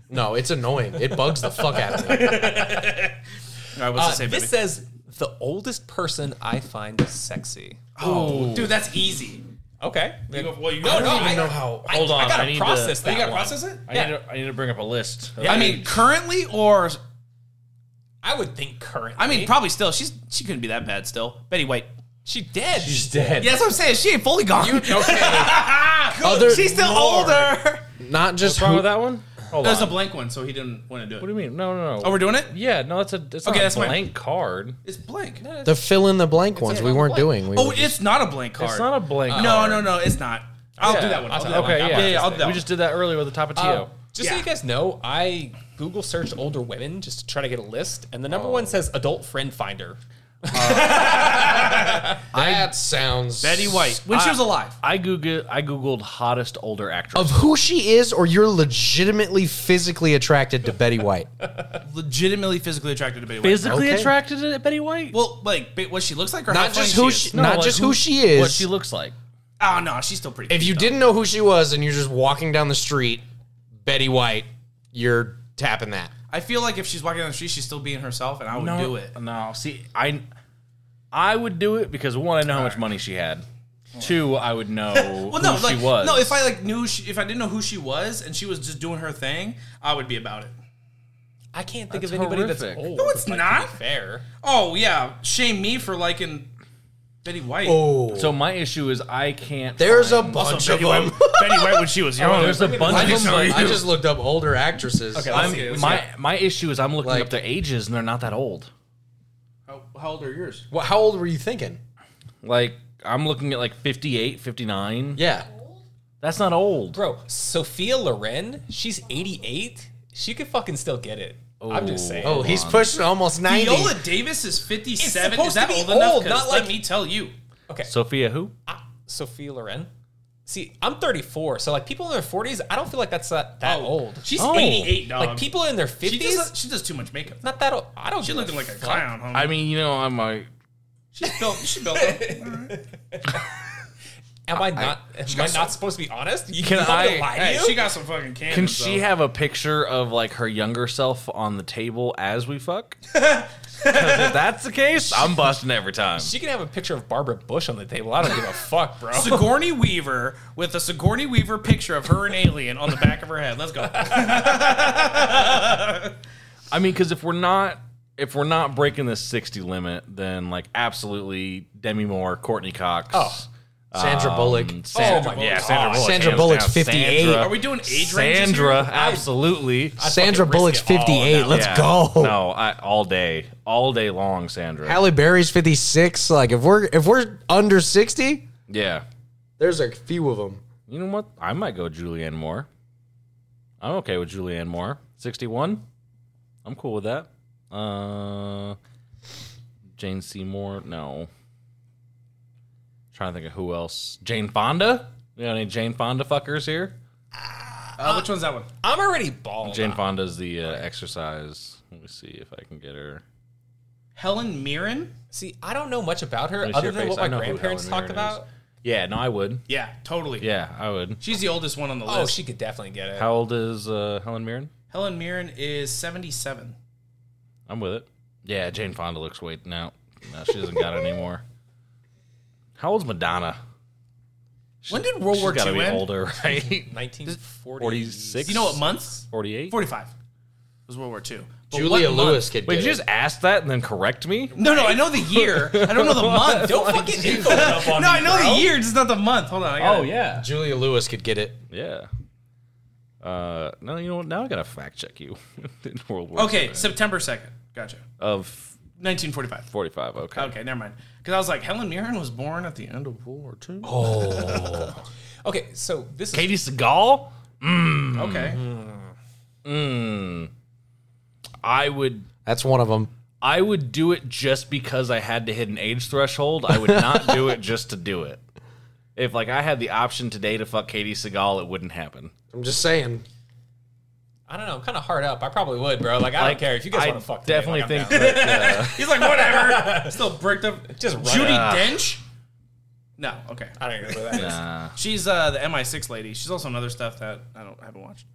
S4: No, it's annoying. It bugs the fuck out of me.
S3: All right, what's
S2: Uh,
S3: it say,
S2: this
S3: baby?
S2: says the oldest person I find sexy.
S3: oh, dude, that's easy.
S2: Okay.
S3: You go- well, you
S2: no,
S3: don't
S2: no,
S3: even
S2: I
S3: know
S1: how-
S2: I-
S1: Hold on,
S2: I gotta
S1: I need to-
S2: process
S1: Oh,
S2: that.
S3: You gotta
S2: one.
S3: process it.
S1: I,
S2: yeah.
S1: need to, I need to bring up a list.
S3: I mean, currently or
S2: I would think current.
S3: I mean, probably still. She's she couldn't be that bad still. Betty White.
S2: she did.
S1: she's dead.
S3: Yeah, that's what I'm saying. She ain't fully gone. [laughs]
S4: Other-
S3: she's still
S4: Lord.
S3: older.
S4: Not just
S1: What's wrong
S4: who-
S1: with that one? Hold
S3: There's
S1: on.
S3: a blank one, so he didn't want to do
S1: what do
S3: it.
S1: you mean? No, no, no.
S3: Oh, we're doing it.
S1: yeah, no, that's a it's
S3: Okay,
S1: not
S3: that's
S1: a
S3: fine.
S1: blank card.
S3: It's blank.
S4: the fill in the blank ones we weren't doing. We
S3: Oh,
S4: were just-
S3: it's not a blank card.
S1: It's not a blank card.
S3: No, no, no, it's not. I'll
S1: Yeah.
S3: do that one. I'll do that
S1: Okay,
S3: one.
S1: Oh. yeah.
S3: yeah, I'll do that
S1: we
S3: one.
S1: just did that earlier with the top of Tio.
S2: Uh, just so
S3: Yeah.
S2: you guys know, I Google searched older women just to try to get a list, and the number
S1: Oh.
S2: one says adult friend finder.
S4: that sounds
S3: Betty White when she was alive.
S1: I googled I googled hottest older actress.
S4: of who she is, or you're legitimately physically attracted to Betty White.
S3: Legitimately physically attracted to Betty White.
S1: Physically
S4: Okay.
S1: attracted to Betty White?
S3: well, like ba- what she looks like, or
S4: Not
S3: how
S4: just
S3: funny
S4: who
S3: she.
S4: she,
S3: is?
S1: No,
S4: not
S1: like
S4: just
S1: who-
S4: who she is.
S1: what she looks like.
S3: Oh no, she's still pretty.
S4: if you didn't know who she was and you're just walking down the street, Betty White, you're tapping that.
S3: I feel like if she's walking down the street, she's still being herself, and I would do it.
S1: No, see, I I would do it because one, I know how much money she had. Two, I would [laughs] know
S3: Well,
S1: who
S3: no, like
S1: she was.
S3: no. If I like knew, she, if I didn't know who she was, and she was just doing her thing, I would be about it.
S2: I can't think
S1: That's
S2: of anybody that's
S1: horrific.
S2: old.
S3: No, it's
S2: like,
S3: not.
S2: to be fair.
S3: Oh yeah, shame me for liking Betty White. [laughs]
S4: Oh,
S1: so my issue is I can't.
S4: there's a
S1: find-
S4: bunch of them.
S3: Betty White when she was young.
S1: there's [laughs] a bunch
S4: I
S1: of
S4: just,
S1: them.
S4: I just looked up older actresses.
S2: Okay, let's see.
S1: I'm,
S2: Let's
S1: my my issue is I'm looking
S4: Like-
S1: up their ages and they're not that old.
S3: How, how old are yours?
S4: Well, how old were you thinking?
S1: Like I'm looking at like 58, 59.
S4: Yeah.
S1: That's not old.
S2: Bro, Sophia Loren, she's 88. She could fucking still get it. I'm just saying.
S4: Oh, he's pushing almost 90.
S3: Viola Davis is 57.
S2: It's
S3: Is that
S2: supposed to
S3: old
S2: be
S3: enough?
S2: old,
S3: 'Cause
S2: not
S3: let
S2: like-
S3: me tell you.
S2: Okay.
S1: Sophia, who?
S2: I- Ah, Sophia Loren. See, I'm 34, so like people in their 40s, I don't feel like that's that, that old.
S3: She's
S1: Oh.
S3: 88, dog.
S2: like people in their 50s,
S3: she does, she does too much makeup.
S2: not that old. I don't.
S3: She's
S2: give
S3: looking like a
S2: fuck.
S3: clown, homie.
S1: I mean, you know, I'm like
S3: [laughs] she's built. She built up.
S2: Am I not? am I not supposed to be honest? You
S1: Can
S2: you want me to
S1: I-
S2: lie to
S3: Hey,
S2: you?
S3: she got some fucking cannons.
S1: Can she
S3: though.
S1: have a picture of like her younger self on the table as we
S4: [laughs]
S1: fuck? 'Cause if that's the case, I'm busting every time.
S2: She can have a picture of Barbara Bush on the table. I don't
S1: [laughs]
S2: give a fuck, bro.
S3: [laughs] Sigourney Weaver with a Sigourney Weaver picture of her and Alien on the back of her head? [laughs] Let's go.
S1: I mean, because if we're not if we're not breaking the 60 limit, then like absolutely Demi Moore, Courtney Cox.
S2: Oh.
S4: Sandra Bullock. Oh
S1: um, Sandra,
S2: my
S1: yeah,
S2: God.
S1: Sandra Bullock.
S4: Sandra
S1: hands
S4: Bullock's
S1: down.
S4: 58.
S1: Sandra-
S3: Are we doing age ranges?
S1: Sandra,
S3: here?
S1: absolutely.
S4: Sandra
S2: fucking
S4: Bullock's
S2: risk it all
S4: 58.
S2: now.
S4: Let's
S1: Yeah.
S4: go.
S1: No, I, all day, all day long, Sandra.
S4: Halle Berry's 56. Like if we're if we're under 60,
S1: yeah.
S4: there's a few of them.
S1: You know what? I might go Julianne Moore. I'm okay with Julianne Moore. 61. I'm cool with that. Uh Jane Seymour, no. Trying to think of who else. Jane Fonda? You know any Jane Fonda fuckers here?
S3: Uh, which one's that one?
S2: I'm already bald.
S1: Jane Fonda's the uh, exercise. Let me see if I can get her.
S3: Helen Mirren?
S2: See, I don't know much about her
S1: me see
S2: other
S1: her
S2: than
S1: face.
S2: what
S1: I
S2: my
S1: know who
S2: grandparents
S1: Helen
S2: talked
S1: Mirren is.
S2: about.
S1: Yeah, no, I would.
S3: Yeah, totally.
S1: Yeah, I would.
S3: She's the oldest one on the list.
S2: Oh, she could definitely get it.
S1: How old is uh, Helen Mirren?
S3: Helen Mirren is 77.
S1: I'm with it. Yeah, Jane Fonda looks weight now. No, she doesn't got it anymore. [laughs] How old's Madonna?
S3: When did World
S1: She's
S3: War
S1: gotta
S3: II
S1: be
S3: end?
S1: older, [laughs] right?
S2: 1940s.
S1: 46?
S3: You know what months?
S1: 48?
S3: 45. It was World War II. But
S4: Julia
S3: what month-
S4: Lewis could
S1: Wait,
S4: get
S1: did you just ask that and then correct me?
S3: No, no, I know the year. I don't know
S2: [laughs]
S3: the month.
S2: Don't fucking info it
S3: [laughs]
S2: up on
S3: no,
S2: me,
S3: I know
S2: bro. Oh,
S3: the year, just not the month. Hold on. I got it.
S1: yeah.
S4: it. Julia Lewis could get it.
S1: Yeah. Uh, no, you know what? Now I gotta fact check you [laughs] in World War
S3: Okay,
S1: II.
S3: September 2nd. Gotcha.
S1: Of
S3: 1945.
S1: 45, okay.
S3: Okay, never mind. Because I was like, Helen Mirren was born at the end of World War II. Oh,
S2: Okay, so this is
S1: Katie Seagal?
S3: okay.
S2: Mm-hmm.
S1: I would
S4: That's one of them.
S1: I would do it just because I had to hit an age threshold. I would not do it just to do it. If like I had the option today to fuck Katie Seagal, it wouldn't happen.
S4: I'm just saying.
S2: I don't know. I'm kind of hard up. I probably would, bro. Like I
S1: Like,
S2: don't care if you guys
S1: I
S2: want to fuck. today,
S1: Definitely
S2: like, I'm
S1: think
S2: down.
S1: that uh,
S3: He's like, whatever. [laughs] Still bricked up.
S2: Just run
S3: Judy
S2: it.
S3: Dench? No, okay.
S2: I don't even know who that is.
S1: nah,
S3: She's uh, the MI6 lady. She's also in other stuff that I don't I haven't watched.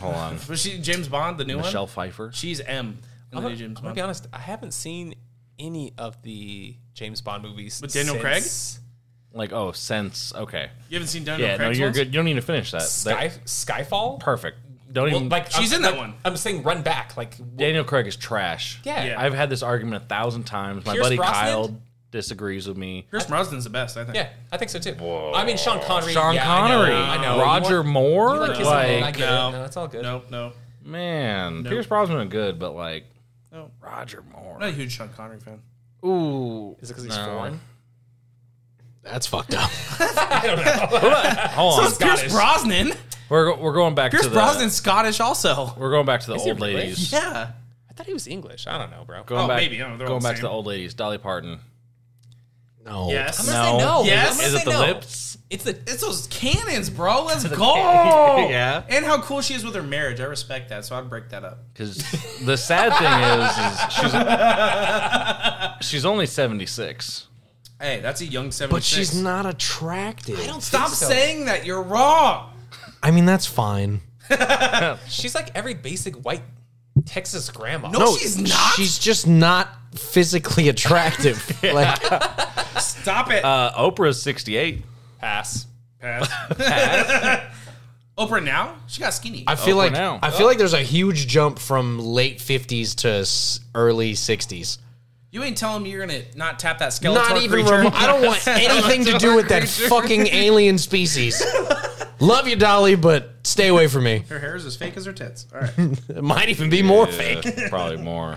S1: hold
S3: [laughs]
S1: on.
S3: But she James Bond, the new
S1: Michelle
S3: one.
S1: Pfeiffer.
S3: She's M in the
S2: I'm, gonna-
S3: new
S2: I'm
S3: James
S2: gonna
S3: Bond.
S2: be honest. I haven't seen any of the James Bond movies
S3: With Daniel
S2: since
S1: Like, oh, sense. Okay.
S3: You haven't seen Daniel
S1: Yeah, no,
S3: Craig's
S1: you're
S3: ones?
S1: good. You don't need to finish that.
S2: Sky
S1: That-
S2: Skyfall.
S1: perfect. Don't even like
S2: Like
S3: She's
S2: I'm-
S3: in that
S2: like,
S3: one.
S2: I'm saying run back. Like
S1: Daniel Craig is trash.
S2: yeah.
S3: Yeah.
S2: yeah.
S1: I've had this argument a thousand times. My
S2: Pierce
S1: buddy
S2: Brosnan?
S1: Kyle disagrees with me.
S3: Pierce Brosnan's the best, I think.
S2: I think so too. I mean, Sean Connery.
S1: Sean
S2: yeah, I know,
S1: Connery,
S2: I know.
S1: Roger
S2: You want-
S1: Moore,
S2: you like his
S1: like,
S2: own, I get
S3: no.
S2: it. No, it's all good.
S3: Nope, no.
S1: Man, Pierce Brosnan good, but like
S3: No.
S1: Roger Moore.
S3: I'm not a huge Sean Connery fan.
S1: Ooh,
S2: Is it because he's foreign?
S4: That's fucked up. [laughs]
S1: Hold on,
S2: Scottish.
S3: Pierce Brosnan?
S1: we're we're going back
S3: Pierce
S1: to the
S3: Brosnan's Scottish also.
S1: we're going back to the
S2: he
S1: old
S2: really?
S1: ladies.
S3: Yeah.
S2: I thought he was English. I don't know, bro.
S1: Going
S3: Oh,
S1: back,
S3: maybe. I don't know. They're all
S1: going
S3: the
S1: back to the
S3: same.
S1: old ladies. Dolly Parton.
S4: No.
S3: Yes.
S2: gonna say no.
S3: Yes.
S2: I'm
S1: Is
S2: gonna
S1: it
S2: say
S1: the
S2: no.
S1: lips?
S2: It's the
S3: It's those cannons, bro. Let's go. [laughs]
S1: cannons. Yeah.
S3: And how cool she is with her marriage. I respect that, so I'd break that up.
S1: Because the sad thing is, is
S3: [laughs]
S1: she's she's only seventy six.
S3: Hey, that's a young 76.
S4: But she's not attractive. I,
S3: Stop
S2: think so.
S3: saying that. You're wrong.
S4: mean, that's fine.
S2: She's like every basic white Texas grandma.
S3: No, she's not.
S4: She's just not physically attractive. Like
S3: Stop it.
S1: Uh, Oprah's sixty eight.
S2: pass.
S3: Pass. Oprah now? She got skinny.
S4: I feel
S1: Oprah
S4: like
S1: now.
S4: I feel like there's a huge jump from late 50s to s- early 60s.
S3: you ain't telling me you're gonna not tap that skeleton.
S4: Not even rem- I don't
S3: [laughs]
S4: [laughs] want anything to do with that fucking alien species. Love you, Dolly, but stay away from me.
S3: Her hair is as fake as her tits. All right.
S4: It might even be more fake.
S1: [laughs] probably more.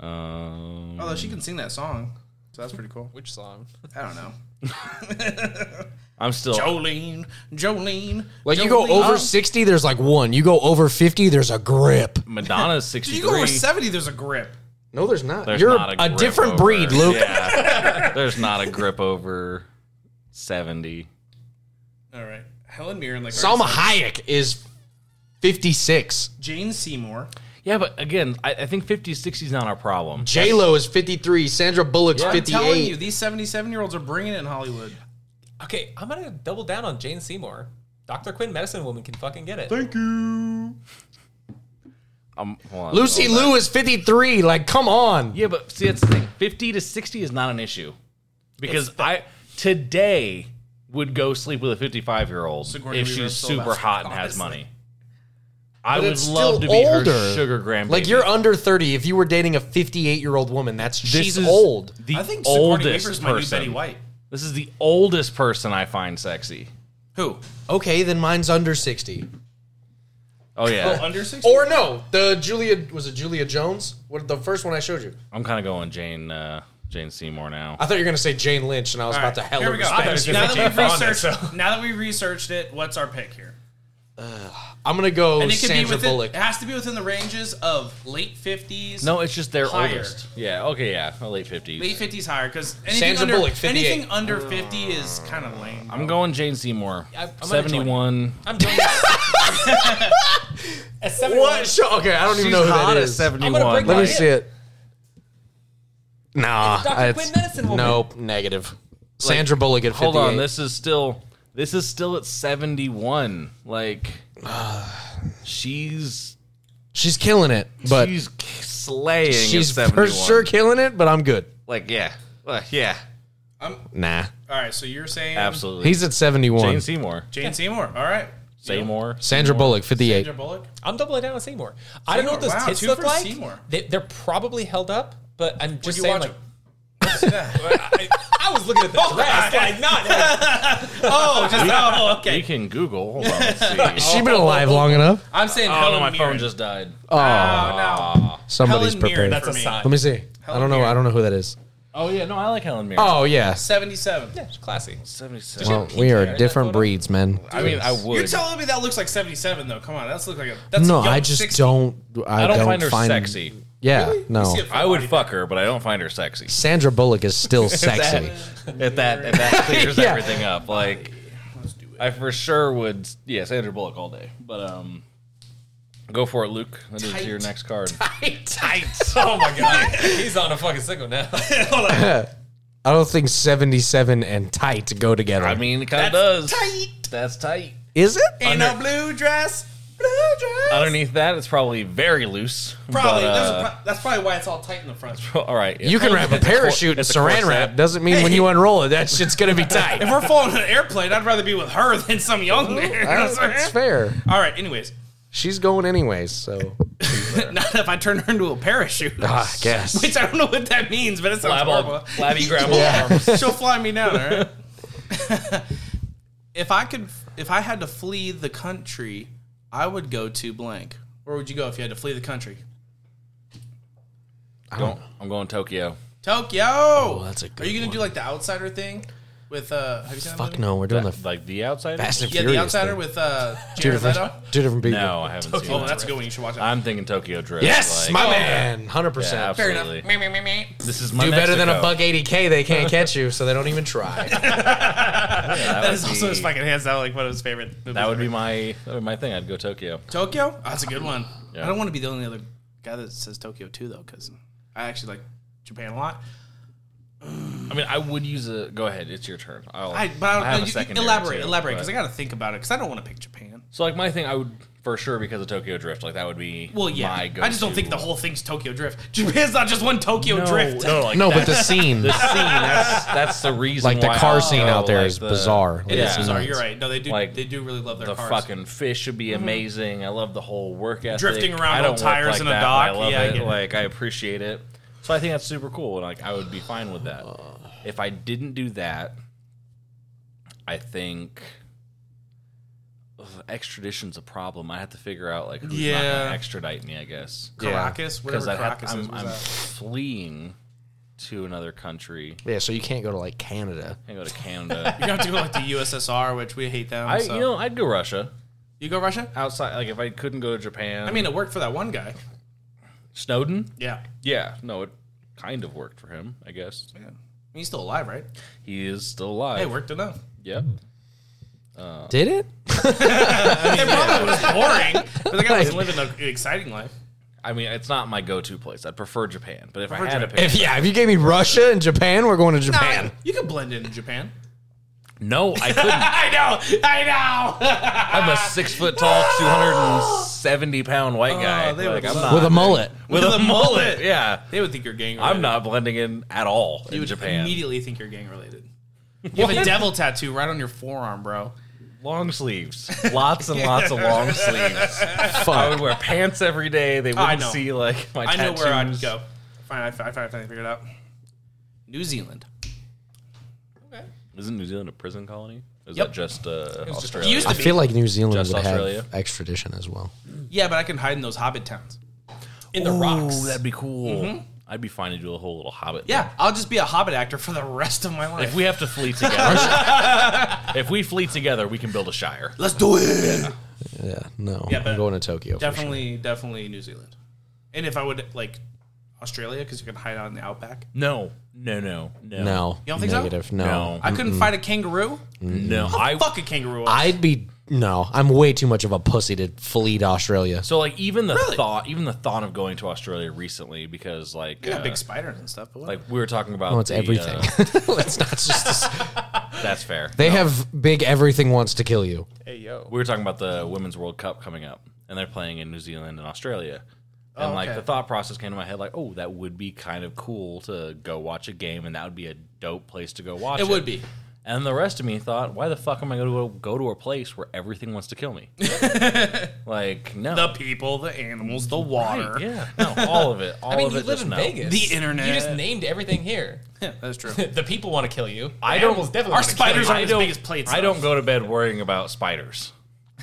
S1: Um,
S3: Although she can sing that song, so that's pretty cool.
S2: Which song?
S3: I don't know.
S1: I'm still.
S3: Jolene, Jolene.
S4: Like you go
S3: Jolene.
S4: over
S3: Oh.
S4: 60, there's like one. You go over 50, there's a grip.
S1: Madonna's sixty
S3: [laughs] You go over
S1: three.
S3: seventy, there's a grip.
S4: No, there's not.
S1: There's
S4: You're
S1: not
S4: a,
S1: grip
S4: different
S1: over-
S4: breed, Luke.
S1: Yeah. There's not a grip over seventy.
S3: All right. Helen Mirren, like
S4: Salma Hayek is 56.
S3: Jane Seymour.
S1: Yeah, but again, I, I think 50, 60 is not our problem.
S4: J Lo is 53. Sandra Bullock's
S3: I'm telling
S4: 58.
S3: you, these seventy-seven-year-olds are bringing it in Hollywood.
S2: Okay, I'm gonna double down on Jane Seymour. Dr. Quinn, medicine woman, can fucking get it.
S3: Thank you.
S1: I'm, hold on.
S4: Lucy Liu is 53. Like, come on.
S1: Yeah, but see, that's the thing. 50 to 60 is not an issue. Because I today would go sleep with a 55 year old
S3: Sigourney
S1: if
S3: Weaver
S1: she's
S3: is so
S1: super
S3: best.
S1: hot and
S3: God,
S1: has
S3: it's
S1: money. I
S4: But
S1: would
S4: it's
S1: love to
S4: still
S1: be her
S4: older.
S1: sugar grandbaby.
S4: Like, you're under 30. If you were dating a 58 year old woman, that's
S1: This
S4: she's
S1: is
S4: old.
S1: The
S3: I think Sigourney
S1: oldest
S3: Weaver's my new
S1: person.
S3: Betty White.
S1: This is the oldest person I find sexy.
S3: Who?
S4: Okay, then mine's under 60.
S1: Oh yeah,
S3: Under six.
S4: Or no, the Julia was it Julia Jones? What the first one I showed you?
S1: I'm kind of going Jane uh, Jane Seymour now.
S4: I thought you were gonna say Jane Lynch, and I was about to hell
S3: Here we go. Now
S2: respect.
S3: that
S4: [laughs]
S3: we've
S2: Jane Fonda,
S3: researched,
S2: so.
S3: now that we researched it, what's our pick here?
S4: I'm gonna go
S3: And it could be
S4: Sandra
S3: within.
S4: Bullock.
S3: It has to be within the ranges of late fifties.
S1: No, it's just their
S3: Higher.
S1: oldest. Yeah. Okay. Yeah. Late
S3: Late
S1: fifties.
S3: fifties higher because anything
S4: Sandra
S3: under
S4: Bullock, 58.
S3: anything under fifty is kind of lame.
S1: I'm going Jane Seymour.
S2: I- I'm gonna join
S1: Seventy-one.
S2: I'm doing this. [laughs] At 71,
S4: What? Show? Okay, I don't even
S1: She's
S4: know who
S1: hot
S4: that
S1: at
S4: is.
S1: seventy-one.
S2: bring
S4: Let me
S2: my-
S4: see it. Nah,
S2: Dr.
S4: it's-
S2: Quinn Medicine Woman.
S4: Nope, negative. Sandra Bullock at 58.
S1: Hold on. This is still. This is still at seventy-one. Like, she's
S4: she's killing it, but she's,
S1: she's k- slaying. She's at
S4: for
S1: seventy-one.
S4: sure killing it. But I'm good.
S1: Like, yeah, Uh, yeah,
S4: Nah,
S3: All right, so you're saying
S1: absolutely.
S4: he's at 71.
S1: Jane Seymour.
S3: Jane Seymour. All right,
S1: Seymour.
S4: Sandra Bullock, 58.
S3: Sandra Bullock.
S2: I'm doubling down on Seymour. I don't know what those
S3: Seymour, wow,
S2: tits
S3: two
S2: look
S3: for
S2: like.
S3: Seymour.
S2: They, they're probably held up, but I'm just
S3: you
S2: saying.
S3: watch
S2: Like,
S3: them?
S2: I, I was looking at the dress, like not.
S3: [laughs] Oh, just oh,
S1: We
S3: okay.
S1: can Google. Hold on.
S4: [laughs]
S1: Let's see.
S4: She's been alive long enough.
S3: I'm saying.
S1: oh
S3: Helen
S1: no, my
S3: Mirren.
S1: phone just died.
S4: Oh,
S3: Oh no.
S4: somebody's
S3: Helen Mirren,
S4: prepared.
S3: that's
S2: That's a
S3: For me.
S2: sign.
S4: Let me see. I don't know. I don't know who that is.
S1: Oh yeah, no, I like Helen Mirren.
S4: Oh yeah.
S3: Seventy-seven.
S2: [laughs] Yeah, it's classy.
S1: Seventy-seven.
S4: Well, we are different breeds, man.
S1: I mean, I would.
S3: You're telling me that looks like 77 though. Come on, that's look like a that's
S4: No,
S3: a young
S4: I just
S3: 60.
S4: don't. I,
S1: I don't find her sexy.
S4: Yeah, no.
S3: see a full
S1: I would
S3: body.
S1: fuck her, but I don't find her sexy.
S4: Sandra Bullock is
S1: [laughs]
S4: still sexy.
S1: If that if that clears
S4: Yeah.
S1: everything up, like I for sure would. Yeah, Sandra Bullock all day. But um, go for it, Luke. That is your next card.
S2: Oh my god, he's on a fucking sickle now. [laughs]
S4: [laughs] I don't think 77 and tight go together.
S1: I mean, it kind of does. That's tight.
S4: is it?
S3: In a blue dress. Blue dress.
S1: Underneath that, it's probably very loose.
S3: Probably.
S1: Uh, But,
S3: there's a
S1: uh,
S3: pro- that's probably why it's all tight in the front.
S1: pro- all right.
S4: You can wrap a parachute in
S1: It's a
S4: saran
S1: corset.
S4: wrap. Doesn't mean when you unroll it, that shit's going to be tight.
S1: [laughs]
S3: If we're falling on an airplane, I'd rather be with her than some young man. You know what I'm [laughs]
S4: That's,
S3: saying?
S4: that's fair.
S3: All right. Anyways, [laughs]
S4: She's going anyways, so
S3: not if I turn her into a parachute.
S1: Ah,
S4: I guess.
S3: [laughs] Which I don't know what that means, but it sounds
S1: Lab
S3: horrible. [laughs]
S1: labby grandma arms.
S3: She'll fly me down. All right. [laughs] if I could, if I had to flee the country, I would go to blank. Where would you go if you had to flee the country?
S1: Don't- I'm going Tokyo.
S3: Tokyo.
S4: Oh, that's a good
S3: Are you gonna
S4: one.
S3: do like the outsider thing with uh? Have you seen that
S4: Fuck
S3: movie?
S4: no, we're doing the
S1: Like the outsider.
S4: Fast and
S3: Yeah, the
S4: Furious
S3: outsider
S4: thing.
S3: with uh.
S4: two
S3: Jared
S4: different,
S3: Leto.
S4: [laughs] two different people.
S1: No, I haven't seen
S3: Oh,
S1: that.
S3: that's a good one. You should watch that.
S1: I'm thinking Tokyo Drift.
S4: Yes,
S1: like- Oh.
S4: my man, hundred
S1: Yeah,
S4: percent.
S3: Fair enough.
S1: absolutely.
S3: Meh, meh, meh, meh.
S1: This is my
S4: Do better than a
S1: Mexico.
S4: buck eighty k.
S1: [laughs]
S4: They can't catch you, so they don't even try.
S1: That,
S3: That
S1: would
S3: is also his
S1: be-
S3: fucking hands down like one of his favorite. Movies
S1: That would
S3: ever.
S1: be my that would be my thing. I'd go Tokyo.
S3: Tokyo. Oh, that's a good one.
S1: Yeah.
S3: I don't want to be the only other guy that says Tokyo too, though, because I actually like Japan a lot.
S1: I mean, I would use a. Go ahead, it's your turn. I'll,
S3: I, but I, don't,
S1: have a
S3: you-
S1: second.
S3: elaborate, elaborate, because I got to think about it, because I don't want to pick Japan.
S1: so like my thing, I would for sure because of Tokyo Drift. Like that would be.
S3: Well, yeah,
S1: My
S3: I just don't think the whole thing's Tokyo Drift. [laughs] Japan's not just one Tokyo
S1: no,
S3: Drift.
S1: No, [laughs]
S3: [laughs]
S1: like
S4: no,
S1: that,
S4: but the [laughs] scene,
S1: the scene. That's that's the reason.
S4: like the
S1: why
S4: car
S1: I'll
S4: scene
S1: go,
S4: out there
S1: like,
S4: is
S1: the-
S4: bizarre. Like,
S3: It is
S4: it's
S1: Yeah.
S3: bizarre.
S4: nuts.
S3: You're right. No, they do.
S1: Like,
S3: they do really love their
S1: The
S3: cars. Mm-hmm.
S1: fucking fish would be amazing. I love the whole work ethic.
S3: Drifting around
S1: I don't
S3: on
S1: work
S3: tires
S1: like
S3: in a
S1: that, but I
S3: dock.
S1: love
S3: Yeah, I
S1: it.
S3: get it.
S1: like I appreciate it. So I think that's super cool, and like I would be fine with that.
S3: Uh.
S1: If I didn't do that, I think ugh, extradition's a problem. I have to figure out like who's not
S3: Yeah.
S1: gonna extradite me. I guess
S3: Caracas,
S1: because
S3: whatever
S1: I have-
S3: Caracas is.
S1: I'm,
S3: was
S1: I'm
S3: that?
S1: fleeing to another country.
S4: Yeah, so you can't go to like Canada.
S1: I go to Canada.
S3: [laughs] You're gonna have to go like the USSR, which we hate them.
S1: I
S3: so.
S1: you know I'd go Russia
S3: You go Russia?
S1: outside. Like if I couldn't go to Japan,
S3: I mean, it worked for that one guy.
S1: Snowden.
S3: Yeah.
S1: Yeah, no, it kind of worked for him, I guess.
S3: He's still alive, right?
S1: He is still alive.
S3: Hey, worked enough.
S1: Yep. Uh-huh.
S4: Did it?
S3: It probably was boring, but [laughs] the guy was living an exciting life.
S1: I mean, it's not my go-to place. I'd prefer Japan, but if I had to pick,
S3: [laughs]
S4: If yeah, if you gave me Russia and Japan, we're going to Japan.
S3: you could blend in Japan.
S1: No, I couldn't.
S3: [laughs] I know, [laughs] I know.
S1: I'm a six foot
S3: [laughs]
S1: tall, 270 pound white guy.
S3: Oh, they
S1: Like,
S3: would
S1: I'm
S3: love-
S1: not
S4: With a mullet.
S1: with, a mullet. Yeah,
S3: they would think you're gang. Related.
S1: I'm not blending in at all
S3: You
S1: in
S3: would
S1: Japan.
S3: immediately think you're gang related. You have a devil tattoo right on your forearm, bro.
S1: long
S3: [laughs]
S1: sleeves, lots and lots of long sleeves. I would
S4: Fuck.
S1: wear pants every day. They
S3: I
S1: wouldn't
S3: know.
S1: see like my
S3: I know
S1: tattoos.
S3: where I'd go. Fine, I, fi- I, fi- I finally figured it out. New Zealand.
S1: Isn't New Zealand a prison colony? Is
S3: Yep.
S1: that just uh,
S2: was just-
S1: Australia?
S3: Used
S4: I
S3: to
S4: feel
S3: be.
S4: like New Zealand
S1: Just
S4: would
S1: Australia.
S4: have extradition as well.
S3: Yeah, but I can hide in those hobbit towns.
S2: in the
S1: Ooh,
S2: rocks.
S1: that'd be cool. I'd be fine to do a whole little Hobbit. thing.
S3: Yeah, I'll just be a hobbit actor for the rest of my life.
S1: If we have to flee [laughs] together, if we flee together, we can build a shire.
S3: Let's do it.
S4: Yeah, no.
S3: Yeah, but
S4: I'm going to Tokyo. for sure.
S3: Definitely, definitely New Zealand. And if I would like Australia, because you can hide out in the outback.
S1: No, no, no, no,
S4: No.
S3: You don't think so?
S4: Negative. No.
S1: No.
S3: I couldn't find a kangaroo.
S1: no. I
S3: Fuck a kangaroo.
S4: I'd be no. I'm way too much of a pussy to flee to Australia.
S1: so like even the thought, even the thought of going to Australia recently because like
S3: yeah,
S1: uh,
S3: big spiders and stuff. But like,
S1: like we were talking about
S4: No, it's
S1: the,
S4: everything. [laughs]
S1: uh,
S4: it's not
S3: [laughs]
S4: just.
S1: that's fair.
S4: They have big everything wants to kill you.
S2: Hey yo.
S1: we were talking about the Women's World Cup coming up, and they're playing in New Zealand and Australia. And
S3: Oh,
S1: like
S3: okay.
S1: the thought process came to my head, like, oh, that would be kind of cool to go watch a game, and that would be a dope place to go watch.
S3: it would be.
S1: And the rest of me thought, why the fuck am I going to go to a place where everything wants to kill
S3: [laughs]
S1: me? like, no,
S3: The people, the animals, the water.
S1: yeah, no, all
S3: [laughs]
S1: of it, all
S2: I mean,
S1: of
S2: you
S1: it.
S2: live
S1: just
S2: in
S1: no.
S2: Vegas.
S3: The internet.
S2: You just named everything here. [laughs]
S3: Yeah, that's true.
S2: the people want to kill you.
S1: I
S2: The
S1: don't-
S2: animals definitely.
S3: our
S2: wanna kill
S3: spiders
S2: you.
S3: aren't-
S1: I
S3: as
S1: don't,
S3: big as plates,
S1: I
S3: though.
S1: don't go to bed worrying about spiders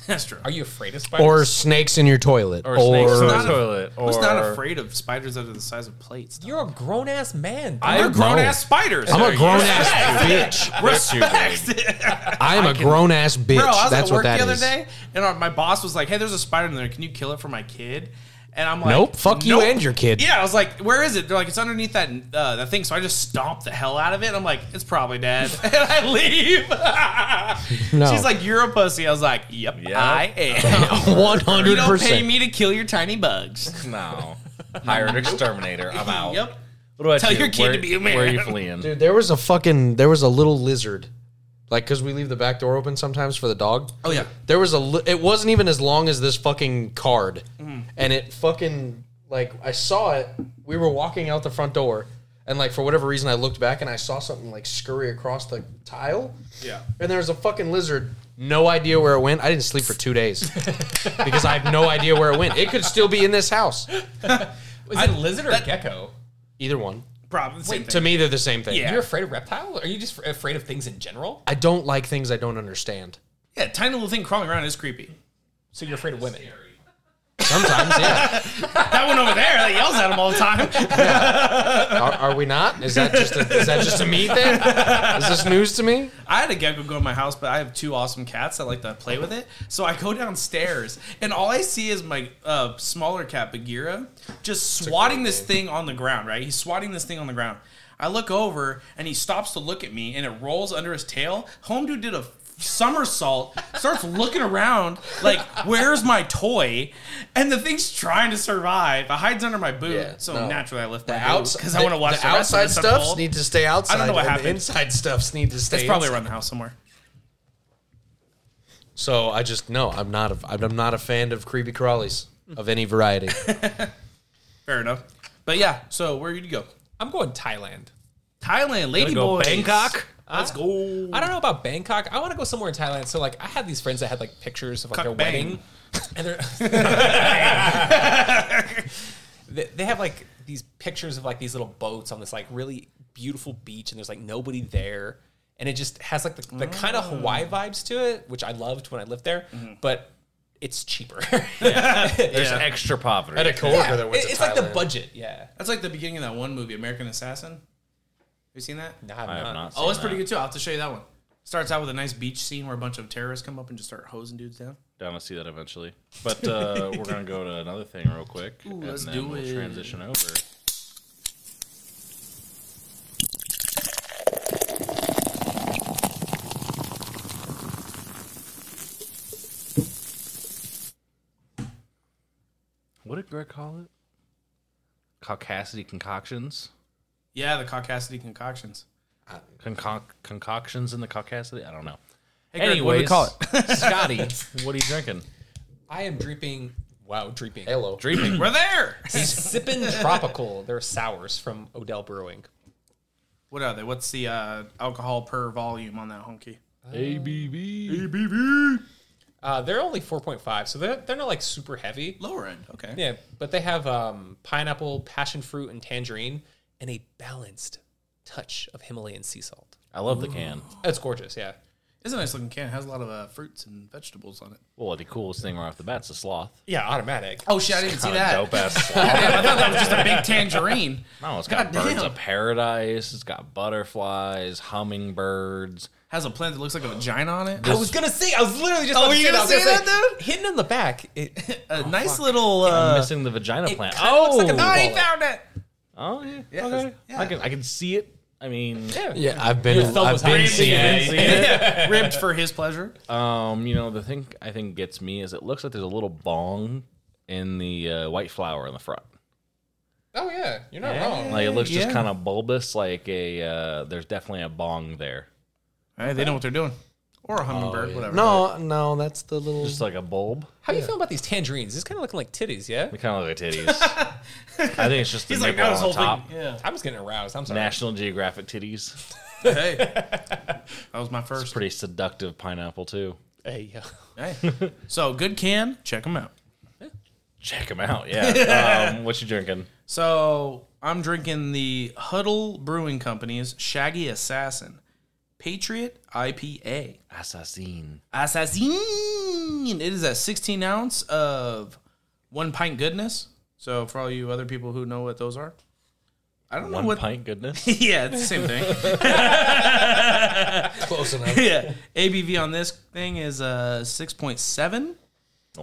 S3: that's true.
S2: Are you afraid of spiders?
S4: Or snakes in your toilet.
S1: or,
S4: Or,
S1: snakes in the
S3: Who's not-
S1: toilet. Or
S3: Who's not afraid of spiders that are the size of plates?
S2: you're a grown ass man.
S1: I-
S3: They're
S1: No.
S3: grown ass spiders.
S4: I'm a
S3: [laughs]
S4: grown ass bitch.
S1: Respect.
S4: I am a grown ass bitch.
S3: Bro, I was
S4: That's
S3: at
S4: what
S3: work
S4: that
S3: the
S4: is.
S3: other day, and our, my boss was like, "Hey, there's a spider in there. Can you kill it for my kid?" And I'm like,
S4: Nope. Fuck you
S3: "Nope."
S4: and your kid.
S3: Yeah, I was like, "Where is it?" They're like, "It's underneath that uh, that thing." So I just stomped the hell out of it. I'm like, "It's probably dead," [laughs] and I leave.
S4: No.
S3: She's like, "You're a pussy." I was like, "Yep,
S1: Yep.
S3: I am."
S4: One
S3: you
S4: hundred
S3: don't pay
S4: percent.
S3: me to kill your tiny bugs.
S1: No,
S3: [laughs]
S1: hire an exterminator. I'm out.
S3: Yep.
S1: What do I
S3: Tell
S1: do?
S3: your kid
S1: Where-
S3: to be a
S1: Where are you
S3: man.
S1: fleeing?
S4: Dude, there was a fucking. There was a little lizard. Like, cause we leave the back door open sometimes for the dog.
S3: Oh yeah.
S4: There was a. Li- it wasn't even as long as this fucking card,
S3: Mm-hmm.
S4: and it fucking like I saw it. We were walking out the front door, and like for whatever reason, I looked back and I saw something like scurry across the tile.
S3: Yeah.
S4: And there was a fucking lizard. No idea where it went. I didn't sleep for
S3: [laughs]
S4: two days because I have no idea where it went. It could still be in this house.
S2: is it a lizard or a gecko?
S4: Either one.
S3: Problem. Same
S4: To
S3: thing.
S4: me, they're the same thing.
S3: Yeah.
S2: You're afraid of reptiles? Are you just afraid of things in general?
S4: I don't like things I don't understand.
S3: yeah, tiny little thing crawling around is creepy.
S2: So you're afraid of women?
S4: Sometimes, yeah.
S3: That one over there that yells at him all the time.
S4: Are, are we not? Is that just a, is that just a me thing? Is this news to me?
S3: I had a gecko go in my house, but I have two awesome cats that like to play with it. So I go downstairs, and all I see is my uh, smaller cat Bagheera just swatting this thing on the ground. Right, he's swatting this thing on the ground. I look over, and he stops to look at me, and it rolls under his tail. Home dude did a somersault, starts looking around like, "Where's my toy?" And the thing's trying to survive. It hides under my boot,
S4: Yeah,
S3: so
S4: no.
S3: naturally I left the out because I want to watch the,
S4: the outside
S3: rest of this
S4: stuffs
S3: unfold.
S4: need to stay outside.
S3: know what
S4: and
S3: happened.
S4: The inside stuffs need to stay.
S3: It's probably
S4: inside.
S3: around the house somewhere.
S4: So I just no, I'm not a I'm not a fan of creepy crawlies of
S3: [laughs]
S4: any variety.
S3: Fair enough. But yeah, so where you go?
S2: I'm going Thailand.
S3: Thailand, lady
S1: go
S3: boys. Oh,
S1: Bangkok?
S3: Let's go.
S2: I don't know about Bangkok. I want to go somewhere in Thailand. So like, I had these friends that had like pictures of like
S3: Cock
S2: their wedding,
S3: bang.
S2: and they're [laughs] they, they have like these pictures of like these little boats on this like really beautiful beach, and there's like nobody there, and it just has like the, the kind of Hawaii vibes to it, which I loved when I lived there, but it's cheaper. [laughs]
S1: There's extra poverty.
S4: coworker
S2: Yeah, it- it's like the budget. Yeah,
S3: That's like the beginning of that one movie, American Assassin. Have you seen that?
S2: no, I'm
S1: I have
S2: not.
S1: not. Seen
S3: Oh, it's
S1: that.
S3: pretty good too. I'll have to show you that one. Starts out with a nice beach scene where a bunch of terrorists come up and just start hosing dudes down.
S1: Down to see that eventually.
S3: [laughs]
S1: But uh, we're gonna go to another thing real quick, and
S3: let's
S1: then
S3: do
S1: we'll
S3: it.
S1: transition over. What did Greg call it? Caucasity concoctions.
S3: Yeah, the Caucasity concoctions.
S1: Concoc- concoctions in the caucasity? I don't know.
S3: Hey, Greg, what do we call [laughs]
S1: it? [laughs] Scotty, what are you drinking?
S2: I am dreeping. Wow, dreeping.
S4: Hello.
S1: Dreaming.
S3: We're [laughs] there.
S2: Sipping tropical. They're sours from Odell Brewing.
S3: what are they? What's the uh, alcohol per volume on that honky?
S1: ABV.
S3: ABV.
S2: Uh, they're only 4.5, so they're, they're not like super heavy.
S3: Lower end. Okay.
S2: Yeah, but they have um, pineapple, passion fruit, and tangerine, and a balanced touch of Himalayan sea salt.
S1: I love the can.
S2: It's gorgeous, yeah.
S3: It's a nice looking can. It has a lot of uh, fruits and vegetables on it.
S1: Well, the coolest thing right off the bat's a sloth.
S2: Yeah, automatic.
S3: Oh shit! I didn't see that.
S1: Dope ass sloth.
S3: [laughs] I thought that was just a big tangerine.
S1: [laughs] No, it's got
S3: God
S1: birds
S3: damn.
S1: of paradise. It's got butterflies, hummingbirds.
S3: Has a plant that looks like a vagina on it.
S2: I was gonna say, I was literally just.
S3: Oh,
S2: about
S3: were you
S2: to
S3: gonna
S2: say, that, I was
S3: say
S2: gonna
S3: that,
S2: say, Hidden in the back, it [laughs]
S3: A nice little. Uh, [laughs]
S1: Missing the vagina plant.
S2: kinda
S1: Oh,
S2: looks like an
S3: oh, he
S2: Ball.
S3: found it.
S1: oh yeah.
S3: Yeah,
S1: okay.
S3: yeah.
S1: I can I can see it. I mean,
S4: Yeah, I've been
S2: thumb
S4: I've
S2: was
S4: been
S2: hiding.
S4: seeing it.
S3: Ribbed for his pleasure.
S1: um, you know, the thing I think gets me is it looks like there's a little bong in the uh, white flower in the front.
S2: Oh yeah, you're not wrong.
S1: Like it looks just
S3: Yeah.
S1: kind of bulbous. Like a uh, there's definitely a bong there.
S3: All right, they know what they're doing. Or a
S1: Oh,
S3: hummingbird, whatever.
S4: No, no, that's the little.
S1: Just like a bulb.
S2: How do you feel about these tangerines? It's kind of looking like titties, yeah.
S1: They kind of look like
S3: [laughs]
S1: titties. I think it's just the
S3: he's
S1: He's
S3: like,
S1: nipple
S3: no, this
S1: on
S3: whole
S1: top.
S3: thing. Yeah.
S2: I was getting aroused. I'm sorry.
S1: National Geographic titties. [laughs]
S3: Hey, that was my first.
S1: Pretty seductive pineapple too.
S2: Hey, yo.
S3: Hey. So good can. Check them out.
S1: Check them out.
S3: [laughs]
S1: Yeah. um, what you drinking?
S3: So I'm drinking the Huddle Brewing Company's Shaggy Assassin Patriot IPA.
S1: Assassin.
S3: Assassin. It is a 16 ounce of one pint goodness. So for all you other people who know what those are, I don't
S1: One
S3: know what.
S1: pint goodness.
S3: [laughs] yeah, it's the same thing.
S4: close
S2: [laughs]
S4: enough.
S3: [laughs] yeah, ABV on this thing is uh 6.7.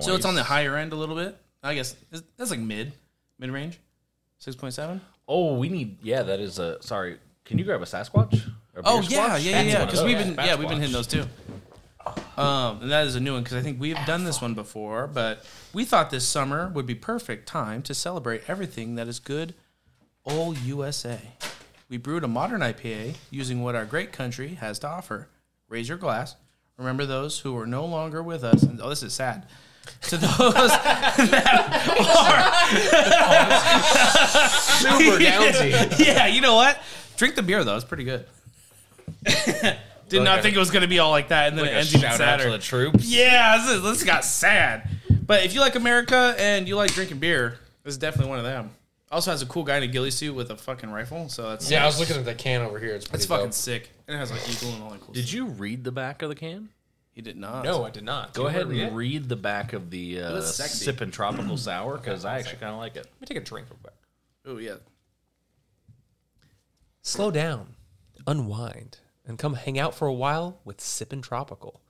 S3: So it's on the higher end a little bit. I guess is- that's like mid, mid range. 6.7.
S1: Oh, we need. Yeah, that is a. Sorry. Can you grab a Sasquatch? Or a
S3: Oh
S1: beer
S3: yeah,
S1: squatch?
S3: yeah, yeah,
S1: That's
S3: yeah.
S1: one of
S3: Because we've
S1: those.
S3: been yeah we've been
S1: Sasquatch.
S3: hitting those too. Um, and that is a new one because I think we've done this one before, but we thought this summer would be perfect time to celebrate everything that is good, old USA. We brewed a modern IPA using what our great country has to offer. Raise your glass. Remember those who are no longer with us. And, oh, this is sad. To those [laughs] [laughs]
S4: Super downsy.
S3: yeah, you know what? Drink the beer though; it's pretty good. Did not
S1: a-
S3: think it was going to be all like that, and then it
S1: A
S3: ends in
S1: shout out to
S3: sadder.
S1: the troops.
S3: Yeah, this, is- this got sad. But if you like America and you like drinking beer, this is definitely one of them. Also has a cool guy in a ghillie suit with a fucking rifle, so that's
S4: Yeah, I was looking at that can over here. It's pretty
S3: it's fucking
S4: dope.
S3: sick. And it has like eagle and all that cool. stuff.
S1: Did you read the back of the can?
S3: He did not.
S2: No, I did not.
S1: Go ahead and read the back of the uh,
S3: Let's sec-
S1: sip and tropical sour because I actually kind of like it.
S2: Let me take a drink real quick.
S3: Oh yeah.
S2: Slow down, unwind, and come hang out for a while with Sippin' Tropical.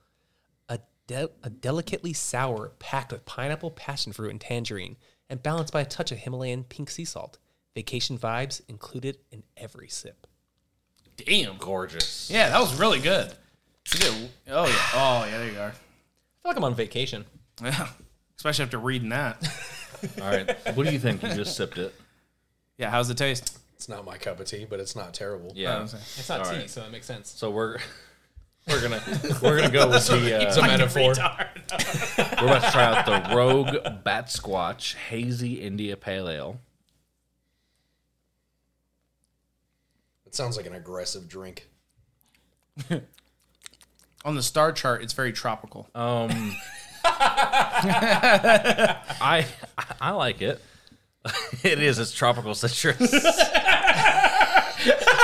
S2: A, de- a delicately sour packed with pineapple, passion fruit, and tangerine, and balanced by a touch of Himalayan pink sea salt. Vacation vibes included in every sip.
S3: Damn.
S1: Gorgeous.
S3: Yeah, that was really good. You did- Oh yeah. Oh yeah. There you are.
S2: I feel like I'm on vacation.
S3: Yeah. Especially after reading that.
S1: All right. [laughs] What do you think? You just sipped it.
S3: Yeah. How's it taste?
S4: It's not my cup of tea, but it's not terrible.
S1: Yeah.
S2: It's not
S1: All
S2: tea,
S1: right.
S2: so that makes sense.
S1: So we're we're
S2: [laughs]
S1: gonna we're gonna go with the.
S4: It's a
S1: Uh,
S4: metaphor.
S1: we're about to try out the Rogue Bat Squatch Hazy India Pale Ale.
S4: It sounds like an aggressive drink.
S3: On the star chart, it's very tropical.
S1: Um, I I like it. [laughs] It is. It's tropical [laughs] citrus. All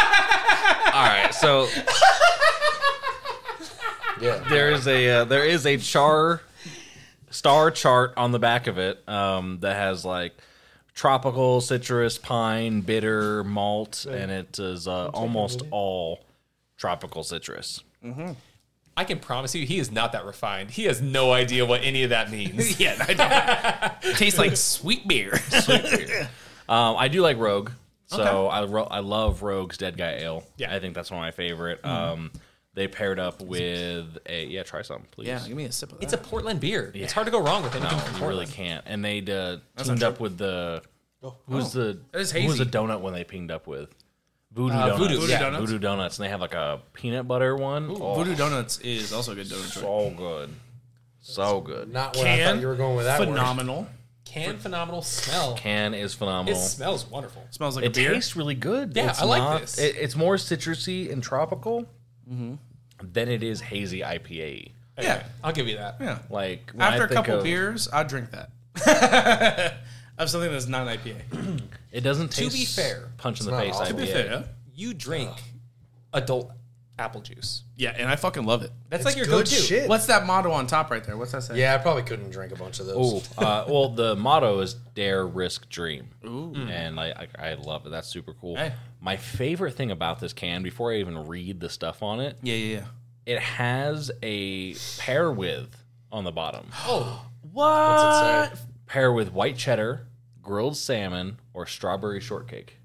S1: right. So
S4: Yeah.
S1: there is a uh, there is a char star chart on the back of it um, that has like tropical citrus pine bitter malt and it is uh, almost all tropical citrus
S2: I can promise you, he is not that refined. He has no idea what any of that [laughs] means.
S3: yeah. I don't- tastes like sweet beer.
S1: um, i do like rogue so I, ro- I love rogue's dead guy ale
S2: Yeah.
S1: i think that's one of my favorite um, they paired up with a yeah try some please
S3: yeah. Give me a sip of that.
S2: It's a Portland beer. It's hard to go wrong with anything
S1: No,
S2: from
S1: you really
S2: Portland.
S1: can't. And they uh, teamed up with the who's the
S3: That is
S1: who was
S3: hazy.
S1: the donut one they teamed up with? Voodoo
S2: Uh,
S1: donuts.
S2: Voodoo,
S1: Voodoo,
S2: yeah.
S1: donuts. Voodoo donuts, and they have like a peanut butter one. Oh,
S3: Voodoo Donuts is also a good donut joint.
S1: so good, so good.
S4: Not where I thought you were going with that word.
S3: Phenomenal.
S2: Can phenomenal smell.
S1: Can is
S2: It
S1: phenomenal.
S2: smells wonderful.
S3: Smells like a
S1: it
S3: beer.
S1: tastes really good.
S2: Yeah,
S1: It's
S2: I like
S1: not-
S2: this.
S1: It, it's more citrusy and tropical
S4: Mm-hmm.
S1: than it is hazy IPA.
S3: yeah.
S2: I'll give you that.
S3: Yeah.
S1: Like when I
S3: After a
S1: think
S3: couple
S1: of-
S3: beers, I'd drink that. of something that's not an IPA.
S1: it doesn't taste.
S2: be fair,
S1: punch in the
S4: not
S1: face.
S4: awful.
S1: IPA.
S4: To be
S3: Yeah.
S2: You drink adult apple juice.
S3: Yeah, and I fucking love it.
S2: That's like your
S4: good
S2: go-to.
S4: shit.
S3: What's that motto on top right there? What's that say?
S4: Yeah, I probably couldn't drink a bunch of those.
S1: Oh, uh, well, the motto is dare, risk, dream.
S4: Mm.
S1: And I, I, I love it. That's super cool.
S3: Hey.
S1: My favorite thing about this can, before I even read the stuff on it,
S3: Yeah, yeah, yeah.
S1: it has a pair with on the bottom.
S3: What?
S4: What's it say?
S1: pair with white cheddar, grilled salmon, or strawberry shortcake.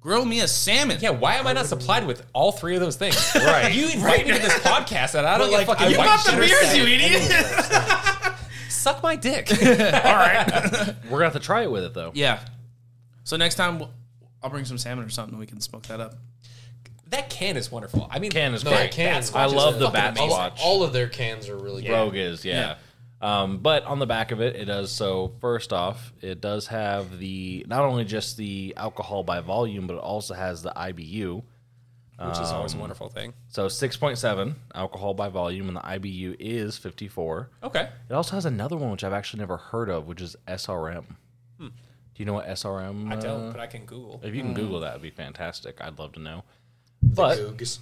S3: Grill me a salmon.
S2: Yeah, why am I not supplied with all three of those things? right. You invite me to this podcast and I don't get fucking
S3: you
S2: white
S3: got the
S2: cheddar
S3: beers,
S2: salad.
S3: you idiot.
S2: Suck my dick.
S3: All right.
S1: We're gonna have to try it with it though.
S3: yeah. So next time, we'll- I'll bring some salmon or something. and We can smoke that up.
S2: that can is wonderful. I mean,
S1: Can is
S4: No,
S1: great.
S4: that can.
S1: I
S4: is
S1: love the
S2: fucking
S1: bat
S2: amazing.
S1: swatch.
S4: All of their cans are really good.
S1: Rogue is, yeah. Um, but on the back of it, it does so. First off, it does have the not only just the alcohol by volume, but it also has the IBU.
S2: which is always a wonderful thing.
S1: So 6.7 alcohol by volume, and the IBU is 54.
S2: Okay.
S1: It also has another one which I've actually never heard of, which is SRM. Do you know what SRM?
S2: I
S1: uh,
S2: don't, but I can Google.
S1: if you can Google that, it'd be fantastic. I'd love to know. But
S4: Googs.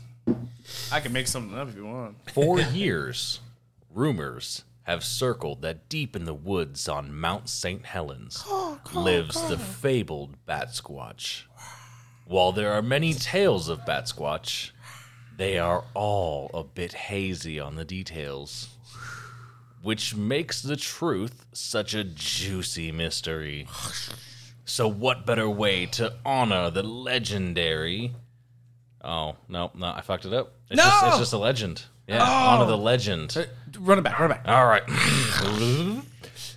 S3: I can make something up if you want.
S1: For years, rumors have circled that deep in the woods on Mount St. Helens lives the fabled Bat Squatch. While there are many tales of Bat Squatch, they are all a bit hazy on the details, which makes the truth such a juicy mystery. So, what better way to honor the legendary? Oh no, no, I fucked it up. It's
S3: No!
S1: just, it's just a legend. Yeah, honor the legend.
S3: Run it back. Run it back.
S1: All right.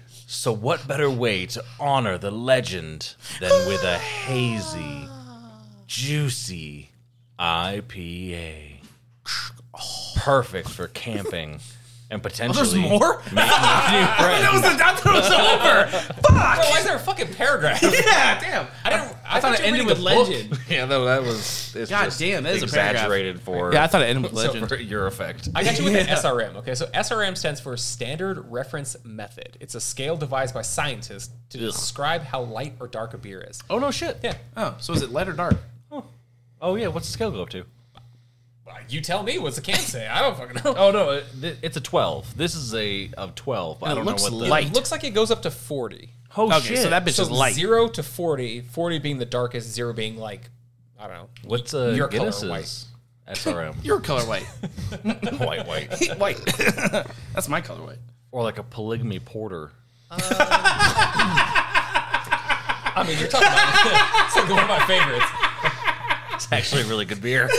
S1: so, what better way to honor the legend than with a hazy, juicy IPA? Perfect for camping and potentially.
S3: There's more.
S1: New
S3: [laughs] that was
S1: friends.
S3: the, I thought it was over. [laughs] Fuck.
S2: Why is there a fucking paragraph?
S3: Yeah. Damn.
S2: I, didn't, I,
S3: I thought it
S2: you were
S3: ended
S2: reading
S3: with
S2: the book.
S3: legend.
S1: [laughs] Yeah, no, that was. It's
S3: God
S1: just
S3: damn, that is a paragraph.
S1: exaggerated for,
S3: thought it ended with
S1: for your effect.
S2: I got you with an SRM. Okay, so SRM stands for Standard Reference Method. It's a scale devised by scientists to describe how light or dark a beer is.
S1: oh, no shit.
S2: Yeah,
S3: Oh, so is it light or dark?
S1: Oh, yeah. What's the scale go up to?
S2: Well, you tell me. What's the can say? I don't fucking
S1: [laughs]
S2: know.
S1: Oh, no. It, it's a 12. This is a of 12. I
S3: It
S1: don't
S3: looks
S1: know what the.
S3: light.
S2: It looks like it goes up to forty.
S1: Oh,
S3: okay,
S1: shit.
S3: so that bitch
S2: So
S3: is light.
S2: zero to 40, 40 being the darkest, zero being like I don't know.
S1: What's uh,
S2: Your color,
S1: Guinness's
S3: [laughs]
S1: SRM?
S3: Your color white.
S1: white, white,
S3: white. [laughs] That's my color white.
S1: [laughs] or like a polygamy porter.
S2: I mean, you're talking about [laughs] it's like one of my favorites.
S1: [laughs] It's actually a really good beer.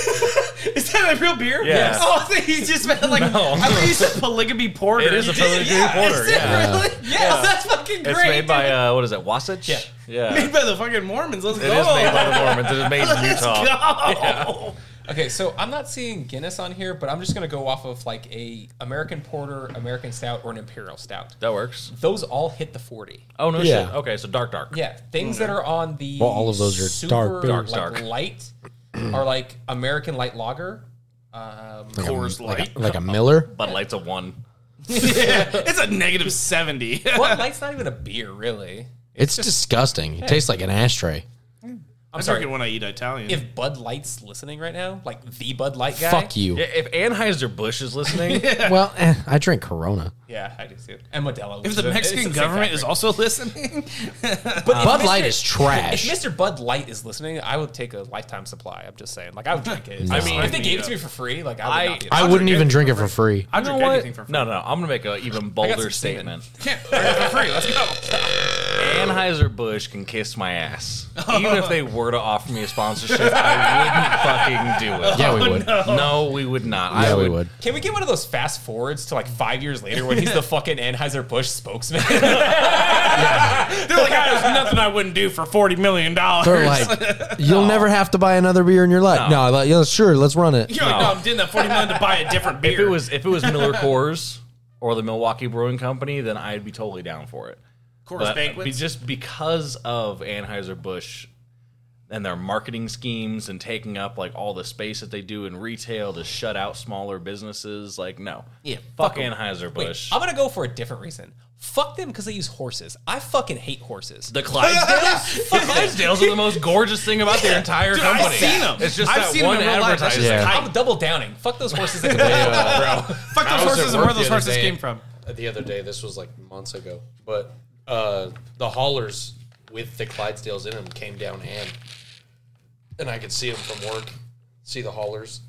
S3: Is that a real beer?
S1: Yeah.
S3: Oh, I think he just meant like
S1: No.
S3: I thought you said polygamy porter.
S1: [laughs] It is a
S3: You did?
S1: polygamy
S3: yeah.
S1: porter,
S3: Is it
S1: Uh, yeah.
S3: really? Yeah, that's fucking great.
S1: It's made by uh, what is it? Wasatch.
S2: Yeah.
S1: yeah.
S3: [laughs] made by the fucking Mormons. Let's
S1: It
S3: go.
S1: is
S3: [laughs]
S1: made by the Mormons. It is made in
S3: Let's
S1: Utah.
S3: go.
S2: Okay, so I'm not seeing Guinness on here, but I'm just gonna go off of like a American Porter, American Stout, or an Imperial Stout.
S1: That works.
S2: Those all hit the forty.
S1: Oh no
S5: Yeah.
S1: shit. Okay, so dark, dark.
S2: Yeah, things that are on the
S5: Well, all of those are
S2: super,
S5: dark beers.
S1: Mm-hmm. Dark,
S2: like,
S1: dark.
S2: light are like American light lager. Um,
S3: Coors Light.
S5: Like a Miller?
S1: Bud Light's a one.
S3: It's a negative seventy. [laughs]
S2: Bud Light's not even a beer, really.
S5: It's disgusting. It tastes like an ashtray.
S2: I'm
S3: I'm
S2: sorry.
S3: talking when I eat Italian.
S2: If Bud Light's listening right now, like the Bud Light guy,
S5: Fuck you.
S1: Yeah, if Anheuser Busch is listening,
S5: [laughs] Well, eh, I drink Corona.
S2: Yeah, I do too. And Modelo.
S3: if the Mexican government is also listening,
S5: Bud Light is
S2: Um, If
S5: trash.
S2: Mr. Bud Light is listening, I would take a lifetime supply. I'm just saying. Like,
S3: [laughs]
S2: I would drink it.
S5: No.
S2: I mean, if they
S3: I
S2: gave
S3: mean,
S2: it to me for free, like, I would not be
S5: I wouldn't even drink it for free.
S3: I
S1: you
S3: drink
S1: know what?
S3: anything for free.
S1: No, no, no. I'm gonna make an even bolder
S2: some semen.
S1: statement.
S3: for free. Let's go.
S2: [laughs]
S1: Anheuser Busch can kiss my ass. Even if they were to offer me a sponsorship, I wouldn't fucking do
S4: [laughs]
S1: it.
S5: Yeah, we would.
S1: No, we would not. I
S5: Yeah,
S1: would,
S5: we would.
S2: Can we get one of those fast forwards to like five years later when he's
S3: [laughs]
S2: the fucking Anheuser Busch spokesman. They're like, I
S3: "Ah, There's nothing I wouldn't do for forty million dollars.
S4: They're like, you'll never have to buy another beer in your life. No, like, yeah, sure, let's run it.
S3: You're like, no, I'm doing that forty million to buy a different beer.
S1: If it was if it was Miller Coors or the Milwaukee Brewing Company, then I'd be totally down for it.
S3: Coors
S1: But be-
S3: Banquets.
S1: just because of Anheuser Busch and their marketing schemes and taking up like all the space that they do in retail to shut out smaller businesses, like no,
S3: Yeah,
S1: fuck Anheuser Busch.
S2: am gonna go for a different reason. Fuck them because they use horses. I fucking hate horses.
S1: The
S3: [laughs]
S1: Clydesdales, the Clydesdales are the most gorgeous thing about their entire
S3: Dude, I've
S1: company.
S3: seen 'em.
S1: It's just
S3: I've
S1: that
S3: seen 'em
S1: one
S3: in real life. That's
S1: advertisement.
S3: just
S4: Yeah.
S3: hype.
S2: I'm double downing. Fuck those
S5: [laughs]
S2: horses that can play football, bro.
S3: Fuck those
S5: was at
S3: horses and
S5: work
S3: where those
S5: the other
S3: horses
S5: day.
S3: came from.
S5: the other day. This was like months ago, but uh, the haulers with the Clydesdales in them came down and and I could see them from work. See the haulers.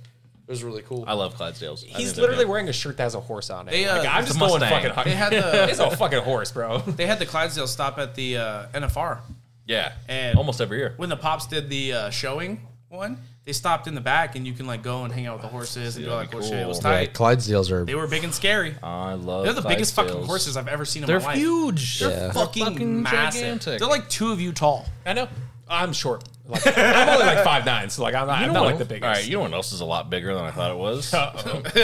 S5: It was really cool.
S1: I love Clydesdales. I think
S2: He's
S1: they're
S2: literally
S1: good.
S2: wearing a shirt that has a horse on it.
S3: They, uh,
S2: Like, I'm
S1: it's
S2: just
S1: a
S2: going
S1: Mustang.
S2: fucking.
S3: They had
S2: [laughs]
S3: the-
S2: it's a fucking horse, bro.
S3: They had the Clydesdale stop at the uh, NFR
S1: yeah,
S3: And-
S1: almost every year.
S3: when the pops did the uh, showing one. They stopped in the back, and you can like go and hang out with the horses and do all that
S1: that'd
S3: cool,
S1: be
S3: shit. It was
S1: cool.
S4: Yeah,
S3: tight.
S4: Clydesdales are
S3: They were big and scary.
S1: I love.
S3: They're the biggest fucking
S1: Clydesdales.
S3: horses I've ever seen in
S1: They're
S3: my life.
S1: huge.
S4: They're Yeah.
S3: Fucking, massive.
S1: gigantic.
S3: They're like two of you tall.
S2: I know. I'm short. Like, I'm only like five nine, so like I'm not, I'm not like the biggest.
S1: All right, you know what else is a lot bigger than I thought it was? [laughs]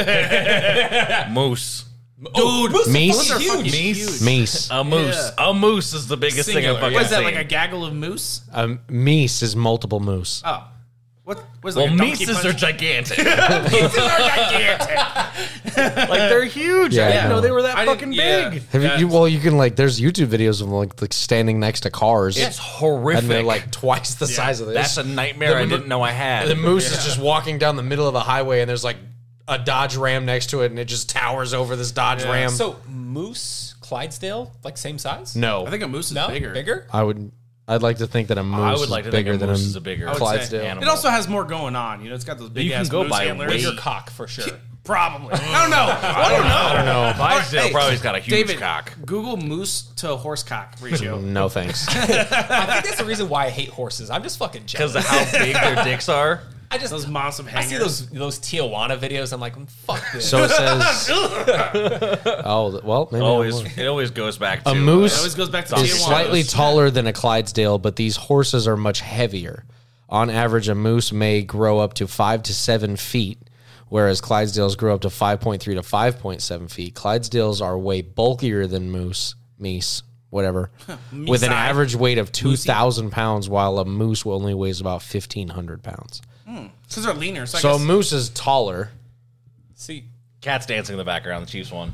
S1: moose.
S3: Dude, moose,
S4: Meese?
S3: are fucking
S1: Meese?
S3: huge.
S4: meese.
S1: A moose. A moose is the biggest thing
S3: Singular.
S1: I've
S3: What
S1: fucking
S3: is that,
S1: seen.
S3: like a gaggle of moose?
S5: Uh,
S4: Um, meese is multiple moose.
S3: Oh. Uh, What was
S1: well,
S3: like a donkey
S1: Mises
S3: punch?
S1: are gigantic.
S3: Mises are gigantic.
S1: like they're huge.
S4: Yeah,
S1: I
S4: I
S1: didn't know
S4: know.
S1: they were that
S3: I didn't-
S1: fucking
S3: yeah.
S1: big.
S4: Have you, you- well, you can like. There's YouTube videos of like, like standing next to cars,
S1: It's horrific.
S4: and they're like twice the size of this.
S1: that's a nightmare I
S4: mo-
S1: didn't know I had.
S4: the moose is just walking down the middle of the highway, and there's like a Dodge Ram next to it, and it just towers over this Dodge Ram.
S2: So moose, Clydesdale, like same size?
S4: no,
S3: I think a moose is
S2: no,
S3: bigger.
S2: bigger.
S4: I would. I'd like to think that a moose.
S1: I
S4: is
S1: would like to think
S4: bigger
S1: a
S4: than
S1: moose is a bigger
S3: I would say.
S4: Clydesdale.
S1: animal.
S3: It also has more going on. You know, it's got those big
S1: can
S3: ass
S1: go
S3: moose
S1: by
S3: antlers.
S1: weight.
S2: Bigger cock for sure.
S3: Probably. I don't know.
S1: [laughs]
S3: I don't know. I don't know.
S1: Clydesdale probably's got a huge
S3: David,
S1: cock.
S3: Google moose to
S1: [laughs]
S3: horse cock ratio.
S4: No
S2: [laughs]
S4: thanks.
S2: I think that's the reason why I hate horses. I'm just fucking
S1: Because of
S2: jealous.
S1: how big their dicks are.
S2: I just
S3: those massive
S2: I
S3: hangers.
S2: see those those Tijuana videos. I'm like, "Mm, fuck this.
S4: So it says. oh well, maybe
S1: Always,
S4: I'm wrong.
S1: it always goes back to uh,
S4: a
S3: It always
S4: moose
S3: goes back to
S4: is
S3: Tijuana.
S4: slightly taller than a Clydesdale, but these horses are much heavier. On average, a moose may grow up to five to seven feet, whereas Clydesdales grow up to five point three to five point seven feet. Clydesdales are way bulkier than moose, meese, whatever, with an
S3: Meese-eye.
S4: average weight of two thousand pounds, while a moose only weighs about fifteen hundred pounds.
S3: Because they're leaner. So,
S4: So
S3: I
S4: a
S3: guess,
S4: moose is taller.
S2: See,
S1: Cat's dancing in the background. The Chiefs won.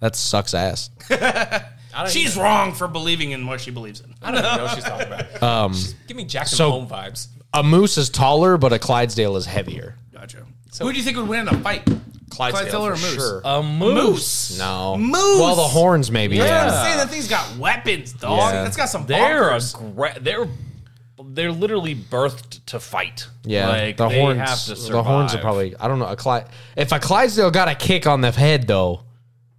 S4: That sucks ass.
S2: I don't,
S3: she's wrong for believing in what she believes in.
S2: even, I don't even know what she's talking [laughs] about. she's giving me Jackson
S4: so-
S2: Home vibes.
S4: A moose is taller, but a Clydesdale is heavier.
S3: Gotcha. Who do you think would win in a fight? Clydesdale or
S4: for
S3: moose?
S4: sure.
S1: A moose.
S4: No.
S3: Moose.
S4: Well, the horns maybe. Yeah.
S3: I'm saying that thing's got weapons, dog.
S4: Yeah.
S3: It's got some
S1: They're a
S3: bonkers.
S1: gra- they're they're literally birthed to fight.
S4: Yeah,
S1: like,
S4: the
S1: they
S4: horns.
S1: Have to
S4: the horns are
S1: survive.
S4: probably. I don't know. A Clyde, if a Clydesdale got a kick on the head though,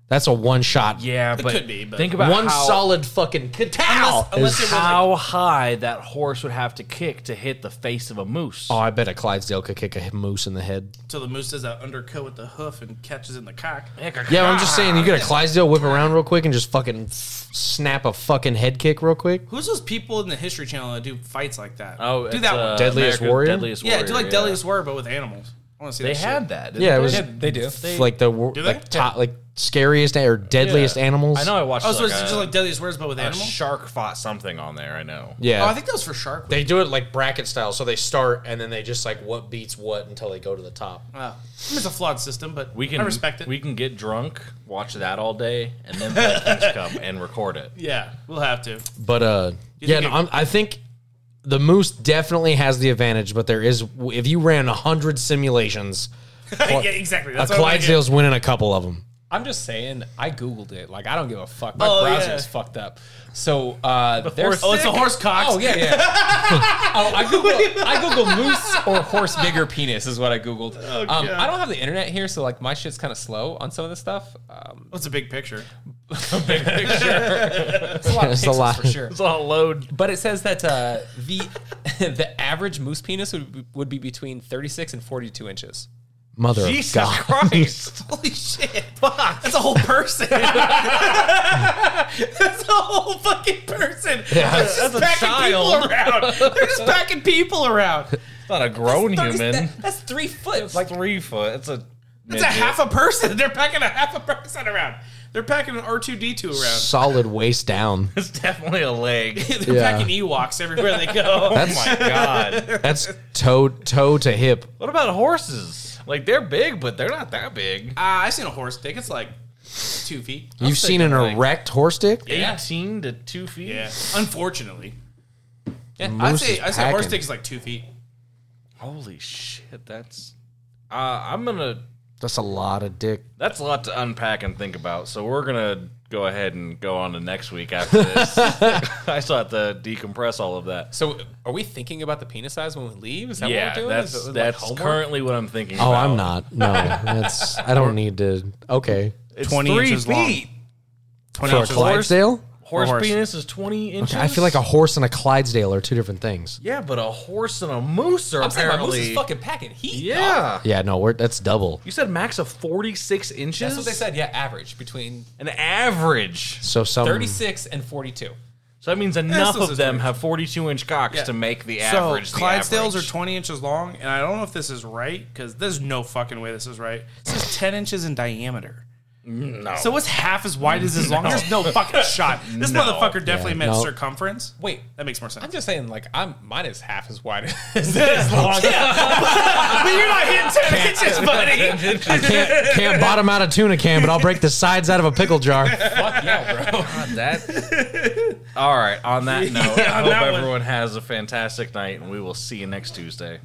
S4: that's a one shot.
S1: yeah, but
S3: could be, but-
S1: think about
S4: one
S1: how,
S4: solid fucking katow.
S3: unless it was like-
S1: how high that horse would have to kick to hit the face of a moose.
S4: oh, I bet a Clydesdale could kick a moose in the head.
S3: Till the moose does that undercut with the hoof and catches in the cock.
S4: Yeah, I'm just saying, you
S1: [laughs]
S4: get a Clydesdale whip around real quick and just fucking snap a fucking head kick real quick.
S3: Who's those people in the History Channel that do fights like that?
S1: Oh,
S3: do
S1: it's,
S3: that
S1: uh,
S3: one.
S4: Deadliest
S1: American-
S4: Warrior?
S1: Deadliest
S3: Yeah,
S1: Warrior.
S3: do like Deadliest Warrior, but with animals. I want to see
S1: They
S3: that
S1: had
S3: shit.
S1: that.
S4: Yeah, it
S1: didn't
S4: was
S1: they?
S2: They do.
S4: It's like the wor-
S3: they?
S4: like top, like scariest or deadliest
S1: Yeah.
S4: animals.
S1: I know. I watched.
S3: Oh, so
S1: like
S3: it's
S1: a,
S3: just like Deadliest Warriors, but with
S1: a
S3: animals?
S1: shark fought something on there. I know.
S4: Yeah,
S3: Oh, I think that was for Shark Week.
S4: they do it like bracket style. So they start and then they just like what beats what until they go to the top.
S3: Wow. I mean, it's a flawed system, but
S1: We can
S3: I respect it.
S1: We can get drunk, watch that all day, and then play
S3: [laughs]
S1: King's Cup and record it.
S3: yeah, we'll have
S1: [laughs]
S3: to.
S4: But uh, yeah,
S3: think
S4: no, I'm, I think the moose definitely has the advantage. But there is, if you ran hundred simulations,
S3: yeah, exactly.
S4: a
S3: That's what I'm thinking.
S4: Clydesdale's winning a couple of them.
S2: I'm just saying, I googled it. Like, I don't give a fuck. My
S3: Oh,
S2: browser
S3: yeah.
S2: is fucked up. So, uh, there's.
S3: Oh, it's a horse cock.
S2: Oh yeah,
S3: [laughs]
S2: yeah. oh, I googled, I googled moose or horse bigger penis is what I googled.
S3: Oh,
S2: um, I don't have the internet here, so like my shit's kind of slow on some of this stuff. Um,
S3: What's a
S1: [laughs]
S3: big picture?
S2: big picture, it's
S4: [laughs]
S2: a lot of
S4: It's a
S2: pixels
S4: lot.
S2: for sure.
S1: It's all load.
S2: But it says that uh, [laughs] the the average moose penis would, would be between 36 and 42 inches.
S4: Mother
S1: Jesus
S4: of God. [laughs]
S1: Christ.
S3: Holy shit.
S1: Ah,
S3: That's a whole person. [laughs] That's a whole fucking person. They're just
S1: That's a
S3: packing
S1: child.
S3: people around. They're just packing people around.
S1: It's not a grown
S2: Thirty-
S1: human.
S2: that- that's three foot.
S1: it's like three foot. It's a.
S3: That's a half a person. [laughs] They're packing a half a person around. They're packing an R2D2 around.
S4: Solid waist down.
S1: It's definitely a [laughs] leg.
S3: They're
S4: Yeah.
S3: packing Ewoks everywhere they [laughs] go.
S1: oh my [laughs] god.
S4: That's toe toe to hip.
S1: What about horses? Like they're big, but they're not that big.
S3: Ah, I've seen a horse dick. It's like two feet.
S4: You've seen an
S1: thinking like-
S4: erect horse dick?
S3: Yeah.
S1: Eighteen to two feet.
S3: Yeah. Unfortunately. Yeah, I
S4: Moose
S3: say
S4: is
S3: I say horse
S4: packing.
S3: dick is like two feet.
S1: Holy shit. That's. Uh, I'm gonna.
S4: That's a lot of dick.
S1: That's a lot to unpack and think about. So we're gonna go ahead and go on to next week after [laughs] this. I still have to decompress all of that.
S2: so, are we thinking about the penis size when we leave? Is that
S1: yeah,
S2: what we're doing?
S1: that's
S2: Is it like
S1: that's
S2: homework?
S1: currently what I'm thinking.
S4: Oh,
S1: about.
S4: I'm not. No, that's I don't need to. Okay,
S1: It's
S3: 20
S1: three
S3: inches long.
S1: feet.
S4: for a
S1: horse-
S4: Clydesdale,
S1: Horse,
S3: Horse.
S1: penis is 20 inches.
S4: I feel like a horse and a Clydesdale are two different things.
S1: Yeah, but a horse and a moose are
S2: I'm saying my
S1: apparently.
S2: moose is fucking packing heat.
S1: yeah.
S2: dog.
S4: Yeah, no, we're that's double.
S1: You said max of 46 inches?
S2: that's what they said. Yeah, average between
S1: An average.
S4: So some
S2: 36 and 42.
S1: So that means enough
S3: those
S1: of
S3: are
S1: them have 42 inch cocks to make the average.
S3: So
S1: the
S3: Clydesdales
S1: average.
S3: are 20 inches long, and I don't know if this is right because there's no fucking way this is right. This is 10 inches in diameter. Mm, No. So what's half as wide [laughs] as as long? There's no fucking shot. This motherfucker definitely meant
S4: no.
S3: circumference.
S2: Wait,
S3: That makes more sense.
S2: I'm just saying, like, I'm mine is half as wide [laughs] as as [laughs] long.
S3: I mean, you're not hitting 10 inches, buddy.
S4: can't, can't bottom out a tuna can, but I'll break the sides out of a pickle jar.
S2: Fuck yeah, bro.
S1: That.
S2: [laughs]
S1: All right. On that note, I hope
S3: that one.
S1: everyone has a fantastic night, and we will see you next Tuesday.